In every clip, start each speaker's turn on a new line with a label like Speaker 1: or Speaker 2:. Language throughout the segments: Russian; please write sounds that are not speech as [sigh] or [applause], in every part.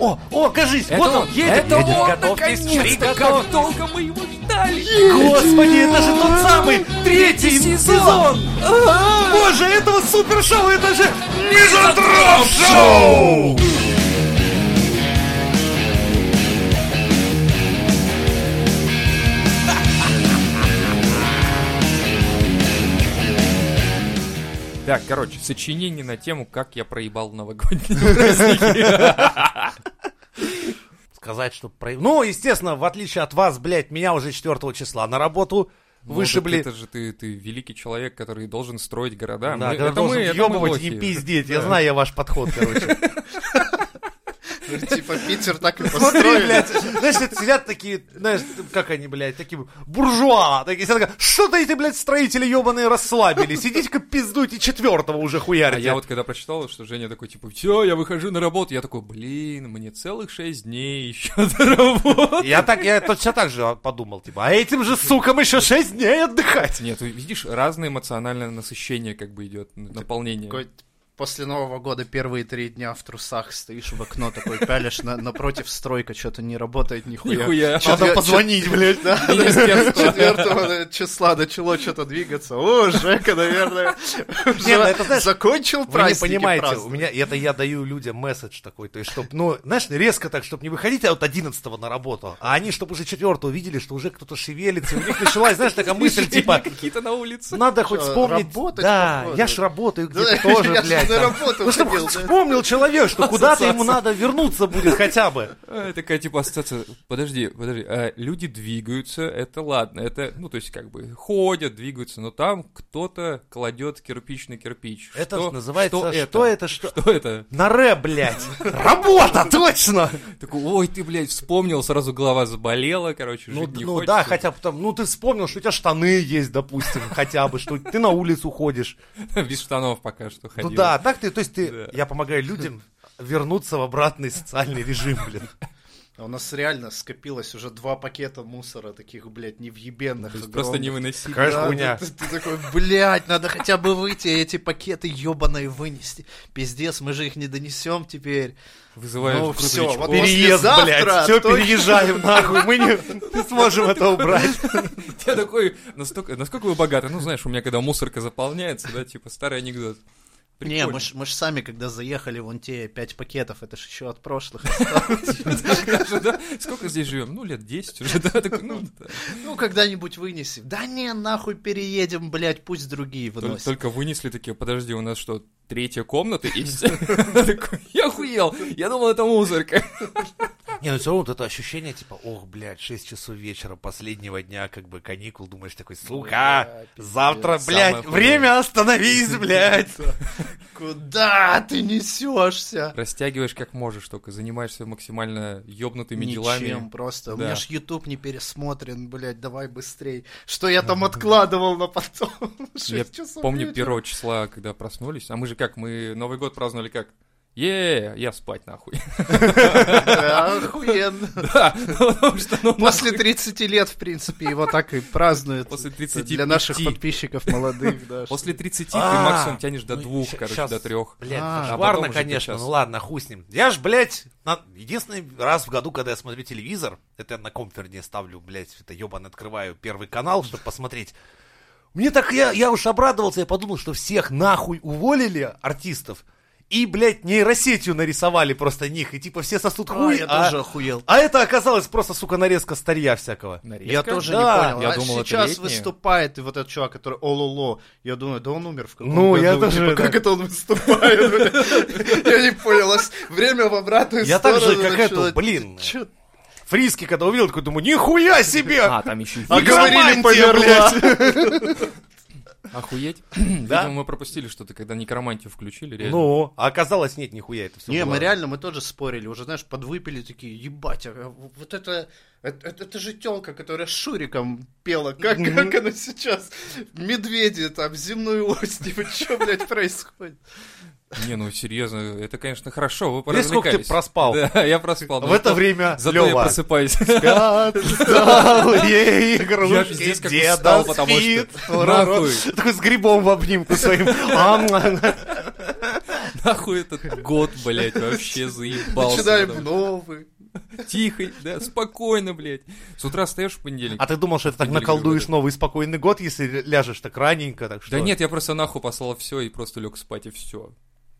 Speaker 1: О, о, кажись,
Speaker 2: Это
Speaker 1: вот он,
Speaker 2: он,
Speaker 1: едет.
Speaker 2: это
Speaker 1: едет.
Speaker 2: он,
Speaker 1: Готовьтесь,
Speaker 2: наконец-то,
Speaker 1: приготов-
Speaker 2: как долго мы его ждали.
Speaker 1: Господи, это же
Speaker 2: М-м-м.
Speaker 1: тот самый третий сезон.
Speaker 2: А-а-а.
Speaker 1: Боже, этого супер шоу, это же
Speaker 2: Мизантроп
Speaker 1: шоу!
Speaker 2: Да, короче, сочинение на тему, как я проебал новогодние [laughs] праздники.
Speaker 1: Сказать, что... про- Ну, естественно, в отличие от вас, блядь, меня уже 4 числа на работу вышибли.
Speaker 2: Может, Это же ты, ты великий человек, который должен строить города.
Speaker 1: Да,
Speaker 2: Мы-
Speaker 1: когда
Speaker 2: это
Speaker 1: должен
Speaker 2: мы, это мы
Speaker 1: въебывать
Speaker 2: лохи.
Speaker 1: и пиздеть. Я знаю я ваш подход, короче.
Speaker 3: Типа Питер так и
Speaker 1: Смотри,
Speaker 3: построили.
Speaker 1: блядь, знаешь, это сидят такие, знаешь, как они, блядь, такие буржуа, такие сидят, как, что-то эти, блядь, строители ебаные расслабились, сидите-ка пиздуйте четвертого уже
Speaker 2: А
Speaker 1: хуярите.
Speaker 2: я вот когда прочитал, что Женя такой, типа, все, я выхожу на работу, я такой, блин, мне целых шесть дней еще до работы.
Speaker 1: Я так, я точно так же подумал, типа, а этим же сукам еще шесть дней отдыхать.
Speaker 2: [laughs] Нет, вы видишь, разное эмоциональное насыщение как бы идет, н- наполнение.
Speaker 3: Такой После Нового года первые три дня в трусах стоишь в окно такой, пялишь, на- напротив стройка, что-то не работает нихуя.
Speaker 2: Нихуя.
Speaker 3: Чё-
Speaker 1: Надо
Speaker 3: чё-
Speaker 1: позвонить, блядь.
Speaker 3: Да, [laughs]
Speaker 2: Министерство.
Speaker 3: 4 [laughs] числа начало что-то двигаться. О, Жека, наверное,
Speaker 1: Не, ну это, знаешь,
Speaker 3: закончил
Speaker 1: Вы не
Speaker 3: праздники
Speaker 1: понимаете, у
Speaker 3: праздновать.
Speaker 1: меня, это я даю людям месседж такой, то есть, чтоб, ну, знаешь, резко так, чтобы не выходить, а вот 11 на работу, а они, чтобы уже 4 увидели, что уже кто-то шевелится, и у них началась, знаешь, такая мысль, типа,
Speaker 2: [laughs] какие-то на улице.
Speaker 1: надо хоть
Speaker 3: Что,
Speaker 1: вспомнить.
Speaker 3: работать
Speaker 1: да,
Speaker 3: походу?
Speaker 1: я ж работаю
Speaker 3: Да,
Speaker 1: где-то
Speaker 3: [laughs] я
Speaker 1: типа, тоже,
Speaker 3: ж
Speaker 1: блядь.
Speaker 3: на
Speaker 1: там.
Speaker 3: работу
Speaker 1: ну, чтобы
Speaker 3: ходил,
Speaker 1: хоть
Speaker 3: да.
Speaker 1: вспомнил человек, что куда-то ему
Speaker 2: Ассоциация.
Speaker 1: надо вернуться будет хотя бы.
Speaker 2: А, Такая типа ассоциация. Подожди, подожди. а, люди двигаются, это ладно. Это, ну, то есть, как бы ходят, двигаются, но там кто-то кладет кирпич на кирпич.
Speaker 1: Это
Speaker 2: Что-
Speaker 1: ж называется,
Speaker 2: что это?
Speaker 1: что это, что...
Speaker 2: Что это?
Speaker 1: На ре, блядь. Работа, точно!
Speaker 2: Такой, ой, ты, блядь, вспомнил, сразу голова заболела, короче,
Speaker 1: Ну,
Speaker 2: жить не
Speaker 1: ну
Speaker 2: хочется.
Speaker 1: да, хотя бы там, ну ты вспомнил, что у тебя штаны есть, допустим, хотя бы, что ты на улицу ходишь.
Speaker 2: [laughs] Без штанов пока что ходил.
Speaker 1: Ну да, так ты, то есть ты,
Speaker 2: Да.
Speaker 1: я помогаю людям вернуться в обратный социальный режим, блин.
Speaker 3: А У нас реально скопилось уже два пакета мусора таких, блядь, невъебенных.
Speaker 2: То есть
Speaker 3: огромных.
Speaker 2: Просто невыносимо.
Speaker 1: Такая
Speaker 3: Да,
Speaker 1: хуйня.
Speaker 3: Ты, ты такой, блядь, надо хотя бы выйти и эти пакеты ебаные вынести. Пиздец, мы же их не донесем теперь.
Speaker 2: Вызываешь
Speaker 3: Ну, всё,
Speaker 2: грузовичок.
Speaker 3: вот
Speaker 1: Переезд, блядь,
Speaker 3: послезавтра
Speaker 1: все,
Speaker 3: точно.
Speaker 1: переезжаем нахуй, мы не не сможем это убрать.
Speaker 2: [laughs] Я такой, настолько, насколько вы богаты? Ну, знаешь, у меня когда мусорка заполняется, да, типа старый анекдот.
Speaker 3: Не,
Speaker 2: Прикольно.
Speaker 3: мы ж, мы ж сами, когда заехали вон те пять пакетов, это ж еще от прошлых. [laughs]
Speaker 2: Даже, да, Сколько здесь живем? Ну, лет 10 уже, да, такой, ну, да.
Speaker 3: Ну, когда-нибудь вынесем. Да не, нахуй переедем, блядь, пусть другие
Speaker 2: Тол-
Speaker 3: выносят.
Speaker 2: Только вынесли такие, подожди, у нас что, третья комната [laughs] есть? Такой, Я охуел, я думал, это мусорка.
Speaker 1: Не, ну все равно вот это ощущение, типа, ох, блядь, 6 часов вечера последнего дня, как бы каникул, думаешь такой, сука, завтра, блядь,
Speaker 2: Самое
Speaker 1: время остановись,
Speaker 3: [laughs]
Speaker 1: блядь.
Speaker 3: Куда ты несешься?
Speaker 2: Растягиваешь как можешь только, занимаешься максимально ёбнутыми
Speaker 3: Ничем
Speaker 2: делами.
Speaker 3: просто. У
Speaker 2: Да.
Speaker 3: меня ж YouTube не пересмотрен, блядь, давай быстрей. Что я там откладывал на потом? [laughs]
Speaker 2: Я
Speaker 3: Шесть часов
Speaker 2: помню
Speaker 3: вечера.
Speaker 2: первого числа, когда проснулись, а мы же как, мы Новый год праздновали как? Е, я спать [laughs] нахуй.
Speaker 3: Да, [laughs] Охуенно.
Speaker 2: Да, потому что, ну,
Speaker 3: После
Speaker 2: нахуй.
Speaker 3: 30 лет, в принципе, его так и празднуют.
Speaker 2: После
Speaker 3: Это
Speaker 2: 35.
Speaker 3: Для наших подписчиков молодых, да.
Speaker 2: [laughs] После 30 ты
Speaker 1: А,
Speaker 2: максимум тянешь до
Speaker 1: ну,
Speaker 2: двух,
Speaker 1: ща-
Speaker 2: короче,
Speaker 1: щас,
Speaker 2: до трех.
Speaker 1: Блядь,
Speaker 3: А,
Speaker 1: это ж
Speaker 2: а
Speaker 1: варно,
Speaker 2: потом уже
Speaker 1: конечно,
Speaker 2: ты щас.
Speaker 1: ну ладно, хуй с ним. Я ж, блядь, на- единственный раз в году, когда я смотрю телевизор, это я на комферне ставлю, блядь, это ебаный открываю первый канал, чтобы посмотреть. Мне так, я, я уж обрадовался, я подумал, что всех нахуй уволили артистов. И, блядь, нейросетью нарисовали просто них. И типа все сосут
Speaker 3: Ой,
Speaker 1: хуй,
Speaker 3: я
Speaker 1: а,
Speaker 3: тоже охуел.
Speaker 1: а это оказалось просто, сука, нарезка старья всякого.
Speaker 2: Нарезка?
Speaker 3: Я тоже не
Speaker 1: Да.
Speaker 3: понял.
Speaker 2: Я
Speaker 3: А
Speaker 2: думал, это
Speaker 3: сейчас
Speaker 2: летние.
Speaker 3: выступает и вот этот чувак, который ололо. Я думаю, да он умер в каком
Speaker 1: Ну,
Speaker 3: году.
Speaker 1: я тоже, да.
Speaker 3: Типа, Как это он выступает? [laughs] блядь? Я не понял. а с- Время в обратную
Speaker 1: Я так
Speaker 3: сторону.
Speaker 1: же, как эту,
Speaker 3: начало.
Speaker 1: блин.
Speaker 3: Чё?
Speaker 1: Фриски, когда увидел, такой думаю,
Speaker 2: [laughs]
Speaker 1: нихуя себе!
Speaker 2: А, там еще
Speaker 3: А говорили,
Speaker 1: Некромантия,
Speaker 3: померла.
Speaker 1: [clears throat]
Speaker 2: Охуеть.
Speaker 1: Да.
Speaker 2: Видимо, мы пропустили что-то, когда некромантию включили, реально.
Speaker 1: Ну, а оказалось, нет, нихуя это все.
Speaker 3: Не, мы реально, мы тоже спорили, уже, знаешь, подвыпили такие, ебать, а вот это, это, это- это же телка, которая с Шуриком пела, как, как она сейчас, медведи там, земную ось, типа, что, блядь, [laughs] происходит?
Speaker 2: Не, ну серьезно, это, конечно, хорошо, вы
Speaker 1: Видишь, сколько ты
Speaker 2: поразвлекались.
Speaker 1: проспал?
Speaker 2: Да, [laughs] я проспал.
Speaker 1: В
Speaker 2: но
Speaker 1: это
Speaker 2: зато-
Speaker 1: время
Speaker 2: [laughs] Зато я
Speaker 1: Лёва. [laughs]
Speaker 2: просыпаюсь. [laughs]
Speaker 1: спят, встал, ей
Speaker 2: Я
Speaker 1: игрушки,
Speaker 2: пиздец как
Speaker 1: деда
Speaker 2: устал, потому
Speaker 1: спит.
Speaker 2: что
Speaker 1: Ура, ура.
Speaker 2: нахуй. [laughs]
Speaker 1: Такой с грибом в обнимку своим. Ам, ам.
Speaker 2: Нахуй этот год, блядь, вообще заебался.
Speaker 3: Начинаем
Speaker 2: Там
Speaker 3: новый.
Speaker 2: Тихо, да, спокойно, блядь. С утра встаешь в понедельник.
Speaker 1: А ты думал, что ты так наколдуешь новый спокойный год, если ляжешь так раненько, так что...
Speaker 2: Да нет, я просто нахуй послал все и просто лег спать и все.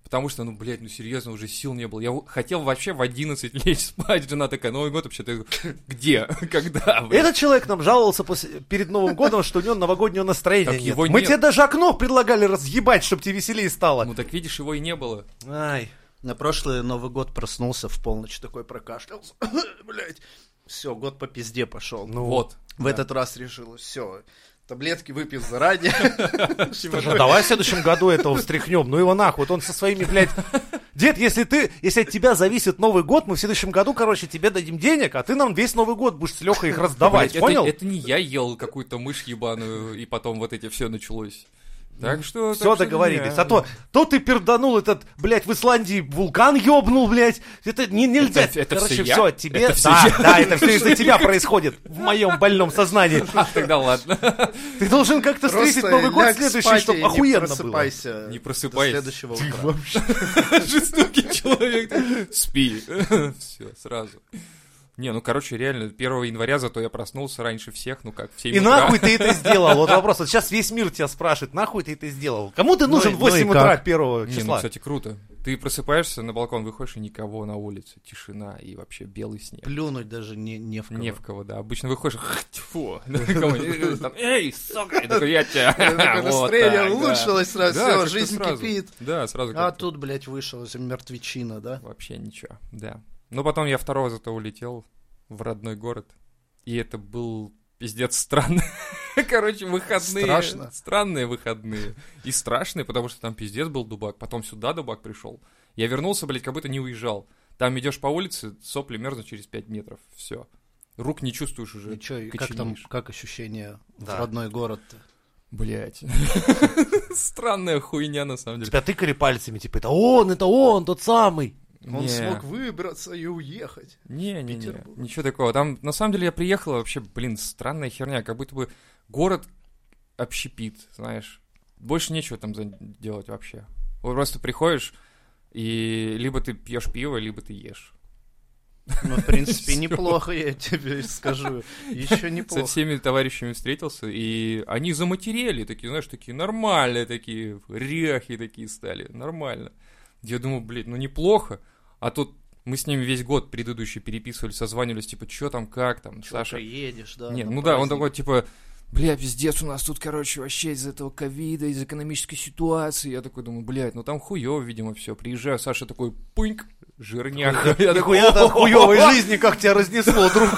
Speaker 2: Потому что, ну, блядь, ну серьезно, уже сил не было. Я у- хотел вообще в 11 лечь спать. Жена такая, Новый год вообще, ты где? [laughs] Когда? блядь?»
Speaker 1: Этот человек нам жаловался после- перед Новым годом, что у него новогоднего настроения
Speaker 2: Так
Speaker 1: нет.
Speaker 2: его
Speaker 1: Мы
Speaker 2: нет.
Speaker 1: тебе даже окно предлагали разъебать, чтобы тебе веселее стало.
Speaker 2: Ну так видишь, его и не было.
Speaker 1: Ай.
Speaker 3: На прошлый Новый год проснулся в полночь, такой прокашлялся. [laughs] Блять. Все, год по пизде пошел.
Speaker 1: Ну,
Speaker 2: Вот.
Speaker 3: В этот раз решила, все, таблетки выпил заранее. [laughs] Типа,
Speaker 1: Слушай, а давай в следующем году этого встряхнем. Ну его нахуй, вот он со своими, блядь... Дед, если ты, если от тебя зависит Новый год, мы в следующем году, короче, тебе дадим денег, а ты нам весь Новый год будешь с Лехой их раздавать,
Speaker 2: Блядь, это-
Speaker 1: понял?
Speaker 2: Это не я ел какую-то мышь ебаную, и потом вот эти все началось. Так что... ну.
Speaker 1: Все договорились. А то, то ты перданул этот, блядь, в Исландии вулкан ёбнул, блядь. Это не, нельзя.
Speaker 2: Это- это
Speaker 1: Короче,
Speaker 2: всё я?
Speaker 1: всё от тебе.
Speaker 2: Это всё
Speaker 1: да,
Speaker 2: я?
Speaker 1: да, это все из-за
Speaker 2: [laughs]
Speaker 1: тебя происходит в моем больном сознании.
Speaker 2: А, тогда ладно. [laughs]
Speaker 1: Ты должен как-то встретить Новый год следующий, чтобы охуенно было.
Speaker 3: просыпайся.
Speaker 2: Не
Speaker 3: До
Speaker 2: просыпайся.
Speaker 3: следующего утра.
Speaker 2: Жестокий человек. Спи. [laughs] Все, сразу. Не, ну, короче, реально, 1 января зато я проснулся раньше всех, ну как, в 7
Speaker 1: И
Speaker 2: утра.
Speaker 1: нахуй ты это сделал? Вот вопрос. Вот сейчас весь мир тебя спрашивает, нахуй ты это сделал? Кому ты нужен
Speaker 3: и-
Speaker 1: в
Speaker 3: ну и
Speaker 1: 8 утра
Speaker 3: как?
Speaker 1: 1
Speaker 2: Не, ну,
Speaker 1: числа?
Speaker 2: кстати, круто. Ты просыпаешься, на балкон выходишь, и никого на улице. Тишина и вообще белый снег.
Speaker 3: Плюнуть даже не, не в кого.
Speaker 2: Не в кого, да. Обычно выходишь, «Х,
Speaker 3: [laughs]
Speaker 2: тьфу, Ну, на кого-нибудь, там, эй, сука, я такой, я тебя.
Speaker 3: Э, такое
Speaker 2: Вот
Speaker 3: настроение
Speaker 2: так, да.
Speaker 3: улучшилось сразу,
Speaker 2: Да,
Speaker 3: всё,
Speaker 2: как-то
Speaker 3: жизнь
Speaker 2: сразу.
Speaker 3: кипит.
Speaker 2: Да, сразу
Speaker 3: А
Speaker 2: как-то
Speaker 3: тут, блядь, вышел из мертвечина, да?
Speaker 2: Вообще ничего, да. Но потом я второго зато улетел в родной город. И это был пиздец странно. [laughs] Короче, выходные.
Speaker 3: Страшно.
Speaker 2: Странные выходные. И страшные, потому что там пиздец был дубак. Потом сюда дубак пришел. Я вернулся, блядь, как будто не уезжал. Там идешь по улице, сопли мерзнут через 5 метров. Все. Рук не чувствуешь уже.
Speaker 3: И чё, и как там,
Speaker 2: коченеешь.
Speaker 3: как ощущение
Speaker 1: Да.
Speaker 3: в родной город
Speaker 2: Блять. [laughs] Странная хуйня, на самом деле.
Speaker 1: Тебя тыкали пальцами, типа, это он, это он, тот самый.
Speaker 3: Он
Speaker 2: Не.
Speaker 3: смог выбраться и уехать.
Speaker 2: Не, не, не,
Speaker 3: Петербург.
Speaker 2: ничего такого. Там, на самом деле, я приехал, вообще, блин, странная херня, как будто бы город общепит, знаешь. Больше нечего там за- делать вообще. Вот Просто приходишь, и либо ты пьешь пиво, либо ты ешь.
Speaker 3: Ну, в принципе,
Speaker 2: Всё.
Speaker 3: неплохо, я тебе скажу. Еще
Speaker 2: Со
Speaker 3: неплохо.
Speaker 2: всеми товарищами встретился, и они заматерели, такие, знаешь, такие нормальные, такие ряхи такие стали, нормально. Я думаю, блин, ну неплохо, а тут мы с ними весь год предыдущий переписывались, созванивались, типа, что там, как там,
Speaker 3: Чё
Speaker 2: Саша,
Speaker 3: ты едешь, да?
Speaker 2: Не,
Speaker 3: на
Speaker 2: ну да, он
Speaker 3: праздник.
Speaker 2: такой, типа, бля, пиздец, у нас тут, короче, вообще из-за этого ковида, из экономической ситуации. Я такой думаю, блядь, ну там хуёво, видимо, все. Приезжаю, Саша такой, пыньк, жирняха. Я такой,
Speaker 1: Нихуя ты от хуёвой
Speaker 2: «О-о-о».
Speaker 1: жизни, как тебя разнесло, друг.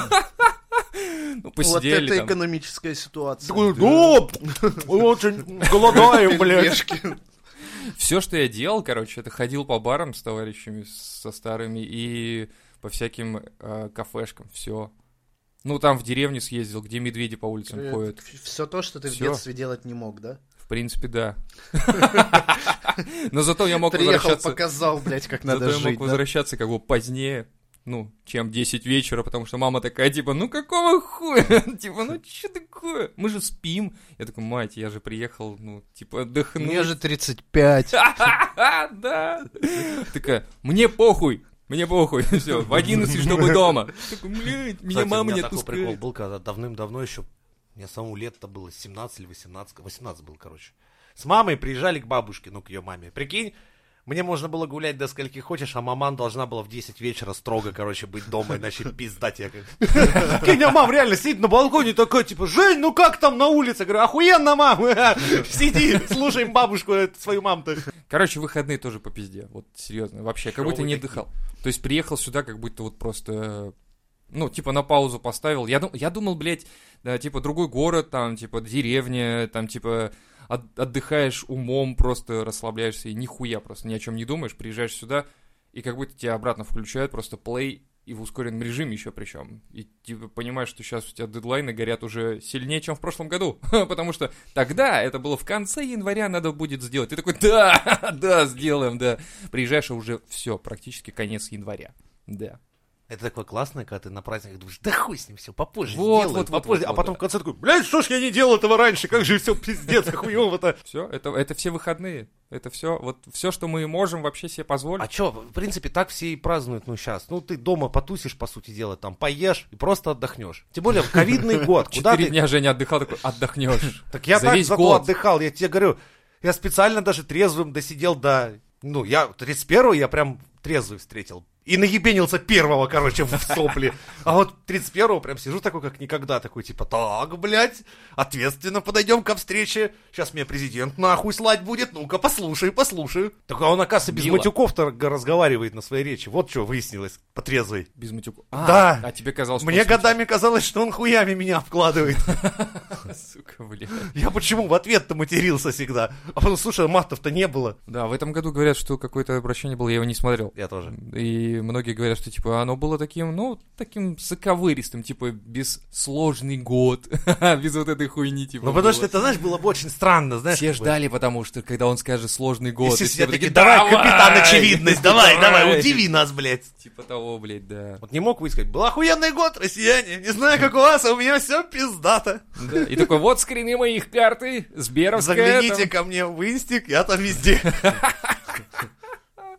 Speaker 2: Ну, [laughs]
Speaker 3: Вот
Speaker 2: посидели
Speaker 3: это
Speaker 2: там.
Speaker 3: экономическая ситуация.
Speaker 1: Такой, ну, мы
Speaker 2: [laughs]
Speaker 1: очень голодаем, блядь.
Speaker 3: Пельмешки.
Speaker 2: Все, что я делал, короче, это ходил по барам с товарищами, со старыми, и по всяким э, кафешкам, все. Ну, там в деревню съездил, где медведи по улицам ходят.
Speaker 3: Все то, что ты в
Speaker 2: Всё.
Speaker 3: детстве делать не мог, да?
Speaker 2: В принципе, да. Но зато я мог
Speaker 3: Приехал,
Speaker 2: возвращаться...
Speaker 3: показал, блядь, как надо
Speaker 2: Зато я
Speaker 3: жить.
Speaker 2: мог возвращаться как бы позднее, ну, чем 10 вечера, потому что мама такая, типа, ну какого хуя? [laughs] Типа, ну что такое? Мы же спим. Я такой, мать, я же приехал, ну, типа, отдохнуть.
Speaker 3: Мне же 35.
Speaker 2: Ха-ха-ха, [laughs] да. Такая, мне похуй. Мне похуй, [laughs] все, в 11, чтобы дома. Такой, блядь, меня
Speaker 1: Кстати, у
Speaker 2: мама не
Speaker 1: меня такой прикол
Speaker 2: отпускает.
Speaker 1: был, когда давным-давно еще, мне самому лет-то было 17 или 18, 18 был, короче. С мамой приезжали к бабушке, ну, к ее маме. Прикинь, мне можно было гулять до скольки хочешь, а маман должна была в 10 вечера строго, короче, быть дома, иначе пизда тебе как. Прикинь, а мам реально сидит на балконе такой, типа, Жень, ну как там на улице? Я говорю, охуенно, мам, [laughs] сиди, слушаем бабушку, это свою маму-то.
Speaker 2: Короче, выходные тоже по пизде, вот серьезно, вообще, как
Speaker 1: Чё
Speaker 2: будто
Speaker 1: вы
Speaker 2: не
Speaker 1: такие?
Speaker 2: отдыхал. То есть приехал сюда, как будто вот просто, э, ну, типа на паузу поставил. Я, дум- я думал, блядь, да, типа другой город, там, типа деревня, там, типа от- отдыхаешь умом, просто расслабляешься и нихуя просто ни о чем не думаешь, приезжаешь сюда, и как будто тебя обратно включают, просто плей и в ускоренном режиме еще причем. И типа понимаешь, что сейчас у тебя дедлайны горят уже сильнее, чем в прошлом году. [laughs] Потому что тогда это было в конце января надо будет сделать. Ты такой, [laughs] да, да, сделаем, да. Приезжаешь, а уже все, практически конец января. Да.
Speaker 1: Это такое классное, когда ты на праздниках думаешь, да хуй с ним все, попозже
Speaker 2: Вот,
Speaker 1: сделаю,
Speaker 2: вот, вот,
Speaker 1: попозже.
Speaker 2: вот,
Speaker 1: а
Speaker 2: вот,
Speaker 1: потом
Speaker 2: да.
Speaker 1: в конце такой, блядь, что ж я не делал этого раньше, как же все пиздец, как хуево-то.
Speaker 2: Все, это, это все выходные. Это все, вот все, что мы можем вообще себе
Speaker 1: [laughs]
Speaker 2: позволить.
Speaker 1: А чё, в принципе, так все и празднуют, ну, сейчас. Ну, ты дома потусишь, по сути дела, там, поешь и просто отдохнешь. Тем более, в ковидный год, куда
Speaker 2: Четыре
Speaker 1: ты...
Speaker 2: дня Женя отдыхал, такой,
Speaker 1: [laughs]
Speaker 2: отдохнешь.
Speaker 1: Так я
Speaker 2: За
Speaker 1: так
Speaker 2: весь
Speaker 1: зато
Speaker 2: год.
Speaker 1: отдыхал, я тебе говорю, я специально даже трезвым досидел до... Ну, я 31-го я прям трезвый встретил. И наебенился первого, короче, в сопли. А вот 31-го прям сижу такой, как никогда, такой, типа, так, блядь, ответственно подойдем ко встрече. Сейчас меня президент нахуй слать будет, ну-ка, послушай, послушай. Так а он, оказывается, без
Speaker 2: Мило.
Speaker 1: матюков-то г- разговаривает на своей речи. Вот что выяснилось по трезвой.
Speaker 2: Без матюку. А,
Speaker 1: Да.
Speaker 2: А тебе казалось, что
Speaker 1: Мне
Speaker 2: он случайно.
Speaker 1: годами казалось, что он хуями меня обкладывает.
Speaker 2: [laughs] Сука, блин.
Speaker 1: Я почему в ответ-то матерился всегда? А потом, слушай, матов-то не было.
Speaker 2: Да, в этом году говорят, что какое-то обращение было, я его не смотрел.
Speaker 1: Я тоже.
Speaker 2: И многие говорят, что типа оно было таким, ну, таким соковыристым, типа без сложный год, [laughs] без вот этой хуйни, типа.
Speaker 1: Ну, потому
Speaker 2: было.
Speaker 1: что это, знаешь, было бы очень странно, знаешь.
Speaker 2: все
Speaker 1: как бы.
Speaker 2: ждали, потому что когда он скажет сложный год,
Speaker 1: Если
Speaker 2: и
Speaker 1: все такие, давай, капитан, очевидность, давай, давай, удиви нас, блядь.
Speaker 2: Типа того, блядь, да.
Speaker 1: Вот не мог высказать, был охуенный год, россияне, не знаю, как у вас, а у меня все пиздато.
Speaker 2: Да. И такой, вот скрины моих карты,
Speaker 1: А
Speaker 2: Сберовская.
Speaker 1: Загляните ко мне в инстик, я там везде.
Speaker 2: там.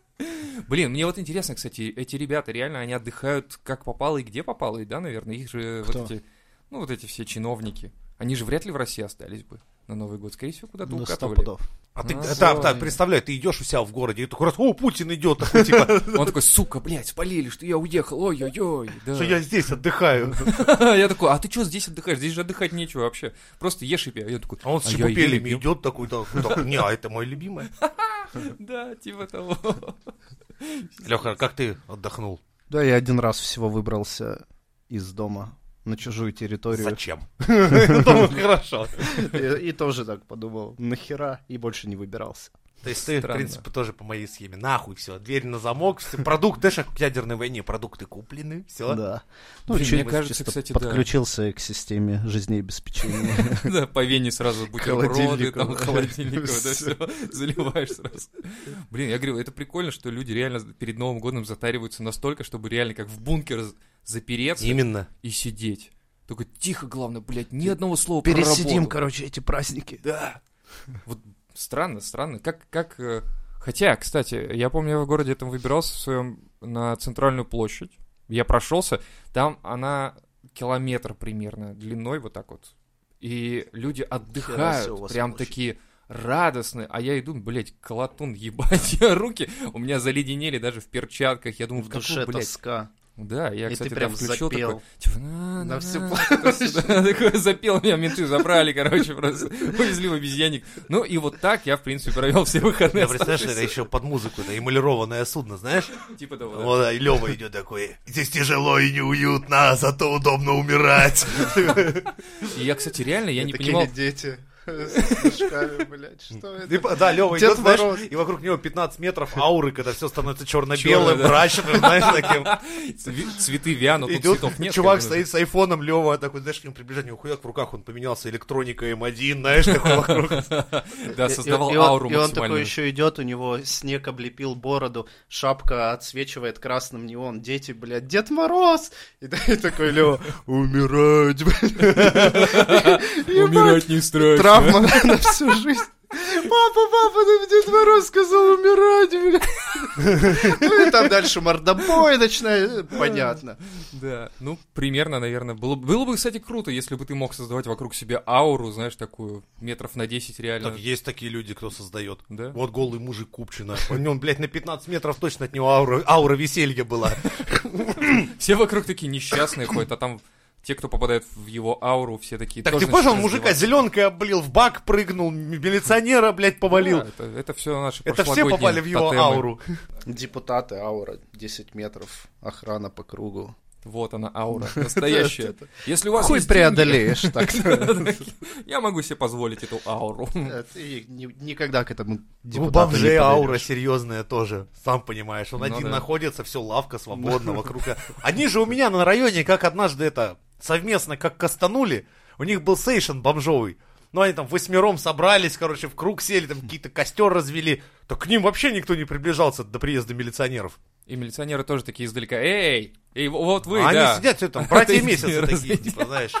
Speaker 2: Блин, мне вот интересно, кстати, эти ребята реально, они отдыхают как попало и где попало, и да, наверное, их же
Speaker 3: Кто?
Speaker 2: вот эти, ну, вот эти все чиновники. Они же вряд ли в России остались бы на Новый год. Скорее всего, куда-то
Speaker 3: Ну, сто
Speaker 2: укатывали.
Speaker 3: пудов.
Speaker 1: А ты,
Speaker 2: А,
Speaker 1: да,
Speaker 3: здорово.
Speaker 1: да, представляю, ты идешь у себя в городе, и такой раз, о, Путин идет, такой, [laughs] типа,
Speaker 2: Он такой, сука, блядь, спалили, что я уехал, ой-ой-ой. да.
Speaker 1: что я здесь отдыхаю.
Speaker 2: [laughs] Я такой, а ты что здесь отдыхаешь? Здесь же отдыхать нечего вообще. Просто ешь и пей. А я такой,
Speaker 1: А он с
Speaker 2: «А я
Speaker 1: чепупелями
Speaker 2: ел и
Speaker 1: идет такой, да, так, не, а это мой любимый.
Speaker 2: пил». Да, типа того.
Speaker 1: Леха, как ты отдохнул?
Speaker 3: Да, я один раз всего выбрался из дома на чужую территорию. [laughs]
Speaker 1: Зачем? Думаю, хорошо.
Speaker 3: И и тоже так подумал, нахера, и больше не выбирался.
Speaker 1: То есть ты, в
Speaker 2: Странно.
Speaker 1: принципе, тоже по моей схеме. Нахуй все, дверь на замок, все, продукты, знаешь, как в ядерной войне, продукты куплены, все.
Speaker 3: Да. Ну,
Speaker 2: Блин,
Speaker 3: чуть-
Speaker 2: мне кажется,
Speaker 3: чисто
Speaker 2: кстати, да.
Speaker 3: подключился к системе жизнеобеспечения. [laughs]
Speaker 2: Да, по Вене сразу бутерброды,
Speaker 3: Холодильнику,
Speaker 2: там,
Speaker 3: да.
Speaker 2: холодильников, да, все, заливаешь сразу. Блин, я говорю, это прикольно, что люди реально перед Новым годом затариваются настолько, чтобы реально как в бункер з- запереться
Speaker 1: [laughs] Именно.
Speaker 2: и сидеть. Только тихо, главное, блядь, ни одного слова про
Speaker 3: Пересидим,
Speaker 2: работу.
Speaker 3: короче, эти праздники.
Speaker 1: Да.
Speaker 2: Вот странно, странно. Как, как... э, Хотя, кстати, я помню, я в городе этом выбирался в своем на центральную площадь. Я прошелся. Там она километр примерно длиной вот так вот. И люди
Speaker 3: себе у
Speaker 2: отдыхают,
Speaker 3: вас
Speaker 2: прям
Speaker 3: площадь.
Speaker 2: такие радостные. А я иду, блядь, колотун, ебать, [laughs] руки у меня заледенели даже в перчатках. Я думаю,
Speaker 3: В
Speaker 2: в какую,
Speaker 3: душе
Speaker 2: блядь,
Speaker 3: тоска.
Speaker 2: да, я,
Speaker 3: И
Speaker 2: кстати,
Speaker 3: ты
Speaker 2: прям
Speaker 3: прям
Speaker 2: включил
Speaker 3: запел.
Speaker 2: такой, типа, на,
Speaker 3: На всю
Speaker 2: Такой запел, меня менты забрали, короче, просто увезли в обезьянник. Ну и вот так я, в принципе, провел все выходные.
Speaker 1: Я представляешь, это
Speaker 2: оставшиеся.
Speaker 1: еще под музыку, да, эмалированное судно, знаешь?
Speaker 2: Типа того, да.
Speaker 1: Вот, а, и Лева идет такой, здесь тяжело и неуютно, зато удобно умирать.
Speaker 2: И я, кстати, реально, я
Speaker 3: И
Speaker 2: не
Speaker 3: такие
Speaker 2: понимал,
Speaker 3: дети [laughs] с мешками, блядь, что
Speaker 1: И
Speaker 2: [laughs]
Speaker 3: это?
Speaker 1: по- Да, Лева
Speaker 3: Дед
Speaker 1: идет, знаешь,
Speaker 3: Мороз.
Speaker 1: и вокруг него 15 метров ауры, когда все становится черно-белым,
Speaker 2: Чёрное, да.
Speaker 1: мрачным, знаешь, таким.
Speaker 2: цве- цветы вянут, тут
Speaker 1: Идет,
Speaker 2: цветов нет.
Speaker 1: чувак
Speaker 2: как бы,
Speaker 1: стоит с айфоном, Лева такой, знаешь, к нему приближение, хуяк в руках, он поменялся, электроника М1, знаешь, такой вокруг.
Speaker 2: Да,
Speaker 3: И- и-
Speaker 2: создавал
Speaker 3: и он-
Speaker 2: ауру
Speaker 3: И он такой
Speaker 2: максимальную.
Speaker 3: еще идет, у него снег облепил бороду, шапка отсвечивает красным неон, дети, блядь, Дед Мороз! И [laughs] да- и такой Лева, умирать, блядь. Ебать,
Speaker 2: Умирать не страшно.
Speaker 3: Травма на всю жизнь. Папа, папа, нам Дед Мороз сказал умирать, блядь. Ну и там дальше мордобой начинает, понятно.
Speaker 2: Да, ну, примерно, наверное, было, бы- было бы, кстати, круто, если бы ты мог создавать вокруг себя ауру, знаешь, такую, метров на 10 реально.
Speaker 1: Так есть такие люди, кто создает.
Speaker 2: Да?
Speaker 1: Вот голый мужик Купчина. У него, блядь, на 15 метров точно от него аура, аура веселья была.
Speaker 2: Все вокруг такие несчастные ходят, а там те, кто попадает в его ауру, все такие...
Speaker 1: Так
Speaker 2: тоже
Speaker 1: ты понял,
Speaker 2: начинают
Speaker 1: мужика
Speaker 2: издеваться.
Speaker 1: зеленкой облил, в бак прыгнул, м- милиционера, блядь, повалил.
Speaker 2: Да, это, все наши
Speaker 1: Это все
Speaker 2: прошлогодние
Speaker 1: попали в его
Speaker 2: А, тотемы.
Speaker 1: ауру.
Speaker 3: Депутаты, аура, 10 метров, охрана по кругу.
Speaker 2: Вот она,
Speaker 1: [laughs]
Speaker 2: аура, настоящая. Если у вас
Speaker 3: Хуй
Speaker 2: есть деньги,
Speaker 3: преодолеешь так.
Speaker 2: [laughs] я могу себе позволить эту ауру.
Speaker 3: Э, Ты ни- никогда к этому
Speaker 1: У
Speaker 3: депутату не
Speaker 1: бомжей
Speaker 3: подойдешь.
Speaker 1: Ну, аура
Speaker 3: [laughs]
Speaker 1: серьезная тоже, сам понимаешь. Он
Speaker 2: Ну
Speaker 1: один
Speaker 2: да.
Speaker 1: находится, все, лавка свободна вокруг. Они же у меня на районе, как однажды это, совместно как кастанули, у них был сейшен бомжовый. Ну, они там восьмером собрались, короче, в круг сели, там какие-то костер развели. Так к ним вообще никто не приближался до приезда милиционеров.
Speaker 2: И милиционеры тоже такие издалека. Эй, И во- вот вы,
Speaker 1: а
Speaker 2: да.
Speaker 1: они сидят, всё там, братья
Speaker 2: Ты
Speaker 1: месяца такие,
Speaker 2: разъединил.
Speaker 1: типа, знаешь.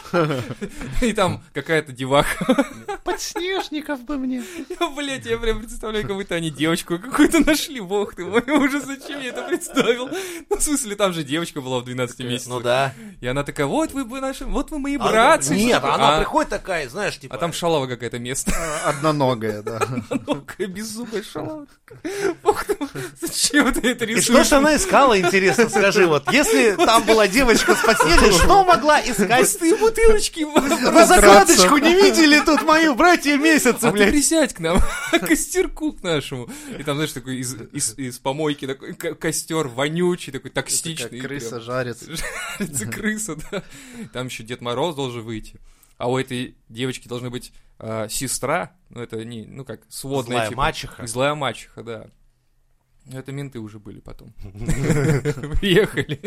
Speaker 2: И там какая-то деваха. [laughs]
Speaker 3: Подснежников бы мне.
Speaker 2: Я, блядь, я прям представляю, как будто они девочку какую-то нашли. Бог ты мой, уже зачем я это представил? Ну, в смысле, там же девочка была в 12 месяцев.
Speaker 1: Ну да.
Speaker 2: И она такая, вот вы бы наши, вот вы мои братцы.
Speaker 1: А, Нет,
Speaker 2: А-
Speaker 1: она приходит такая, знаешь, типа...
Speaker 2: А там шалава какая-то место.
Speaker 3: А, Одноногая, да.
Speaker 2: Ловкая, беззубая шалава. Бог ты мой, зачем ты это
Speaker 1: И что
Speaker 2: рисуешь?
Speaker 1: ж она искала, интересно, скажи, вот, если там была девочка с постели, что могла искать? [laughs]
Speaker 2: Пустые бутылочки.
Speaker 1: Вы
Speaker 2: Раз-
Speaker 1: закладочку не видели тут мою, братья месяца,
Speaker 2: А ты
Speaker 1: блядь?
Speaker 2: присядь к нам, [laughs] к костерку к нашему. И там, знаешь, такой из, из- из помойки такой ко- костер вонючий, такой
Speaker 3: Как
Speaker 2: токсичный.
Speaker 3: крыса жарит.
Speaker 2: Прям, крыса, да. Там еще Дед Мороз должен выйти. А у этой девочки должны быть а, сестра, ну это не, ну как, сводная.
Speaker 1: Злая
Speaker 2: типа.
Speaker 1: мачеха.
Speaker 2: Злая мачеха, да. Ну, Это менты уже
Speaker 1: [laughs]
Speaker 2: были потом. Приехали.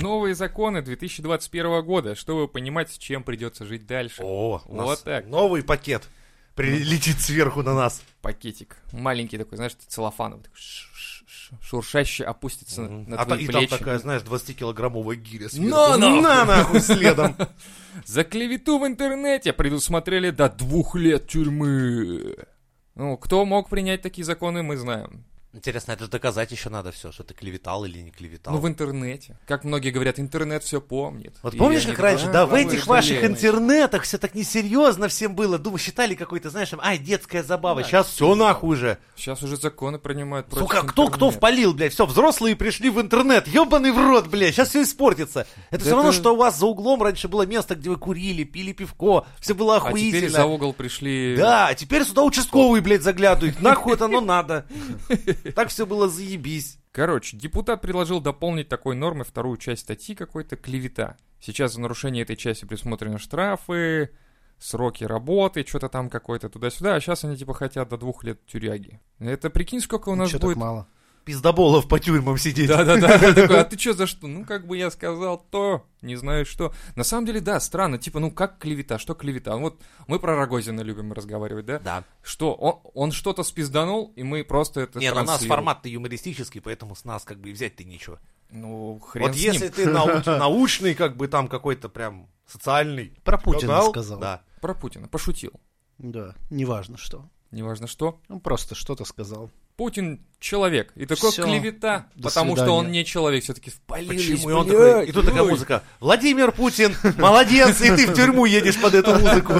Speaker 2: Новые законы 2021 года, чтобы понимать, с чем придется жить дальше.
Speaker 1: О, у нас
Speaker 2: Вот так.
Speaker 1: новый пакет прилетит сверху на нас.
Speaker 2: Пакетик. Маленький такой, знаешь, целлофановый. такой ш- ш- ш- Шуршащий опустится на- на
Speaker 1: А та-
Speaker 2: твои
Speaker 1: и там
Speaker 2: плечи.
Speaker 1: такая, знаешь, 20-килограммовая гиря сверху. Ну,
Speaker 2: На нахуй!
Speaker 1: На нахуй следом.
Speaker 2: За клевету в интернете предусмотрели до двух лет тюрьмы. Ну, кто мог принять такие законы, мы знаем.
Speaker 1: [laughs] Интересно, это же доказать еще надо все, что ты клеветал или не клеветал.
Speaker 2: Ну, в интернете. Как многие говорят, интернет все помнит.
Speaker 1: Вот
Speaker 2: И
Speaker 1: помнишь, как
Speaker 2: они такие,
Speaker 1: раньше,
Speaker 2: «А,
Speaker 1: да, в
Speaker 2: вы
Speaker 1: этих ваших
Speaker 2: блин».
Speaker 1: интернетах все так несерьезно всем было. Думаю, считали какой-то, знаешь, там, ай, детская забава. Сейчас все нахуй же.
Speaker 2: Сейчас уже законы принимают против
Speaker 1: Сука, кто, кто
Speaker 2: интернета.
Speaker 1: впалил, блядь, все, взрослые пришли в интернет, ебаный в рот, блядь, сейчас все испортится. Это все равно,
Speaker 2: это-
Speaker 1: что у вас за углом раньше было место, где вы курили, пили пивко, все было
Speaker 2: А теперь за
Speaker 1: охуительно.
Speaker 2: угол пришли...
Speaker 1: Да, а теперь сюда участковый, блядь, заглядывает, нахуй это оно
Speaker 2: [laughs]
Speaker 1: надо. Так все было заебись.
Speaker 2: Короче, депутат предложил дополнить такой нормой вторую часть статьи какой-то «Клевета». Сейчас за нарушение этой части предусмотрены штрафы, сроки работы, что-то там какое-то туда-сюда, а сейчас они типа хотят до двух лет тюряги. Это прикинь, сколько у нас
Speaker 3: Ну, Чё так
Speaker 2: будет...
Speaker 3: мало?
Speaker 1: Пиздоболов по тюрьмам сидеть.
Speaker 2: Да-да-да,
Speaker 3: [laughs]
Speaker 2: я такой, а ты что за что? Ну, как бы я сказал то, не знаю что. На самом деле, да, странно, типа, ну, как клевета, что клевета? Ну, Вот мы про Рогозина любим разговаривать, да?
Speaker 1: [laughs] Да.
Speaker 2: Что, он, он что-то спизданул, и мы просто это
Speaker 1: Не, на нас
Speaker 2: транслируем.
Speaker 1: формат-то юмористический, поэтому с нас как бы и взять-то нечего.
Speaker 2: Ну, хрен
Speaker 1: Вот
Speaker 2: с
Speaker 1: если
Speaker 2: ним.
Speaker 1: ты
Speaker 2: [laughs]
Speaker 1: нау- научный, как бы там какой-то прям социальный
Speaker 3: Про Путина
Speaker 1: канал,
Speaker 3: сказал.
Speaker 1: Да.
Speaker 2: Про Путина, пошутил.
Speaker 3: Да, неважно что.
Speaker 2: Неважно что.
Speaker 3: Он просто что-то сказал.
Speaker 2: Путин человек. И такое
Speaker 3: Всё.
Speaker 2: клевета,
Speaker 3: До
Speaker 2: потому что
Speaker 3: свидания.
Speaker 2: он не человек. Все-таки впалились,
Speaker 1: Почему? И, он
Speaker 2: блядь,
Speaker 1: такой, и тут такая
Speaker 2: ой.
Speaker 1: музыка. Владимир Путин, молодец, и ты в тюрьму едешь под эту музыку.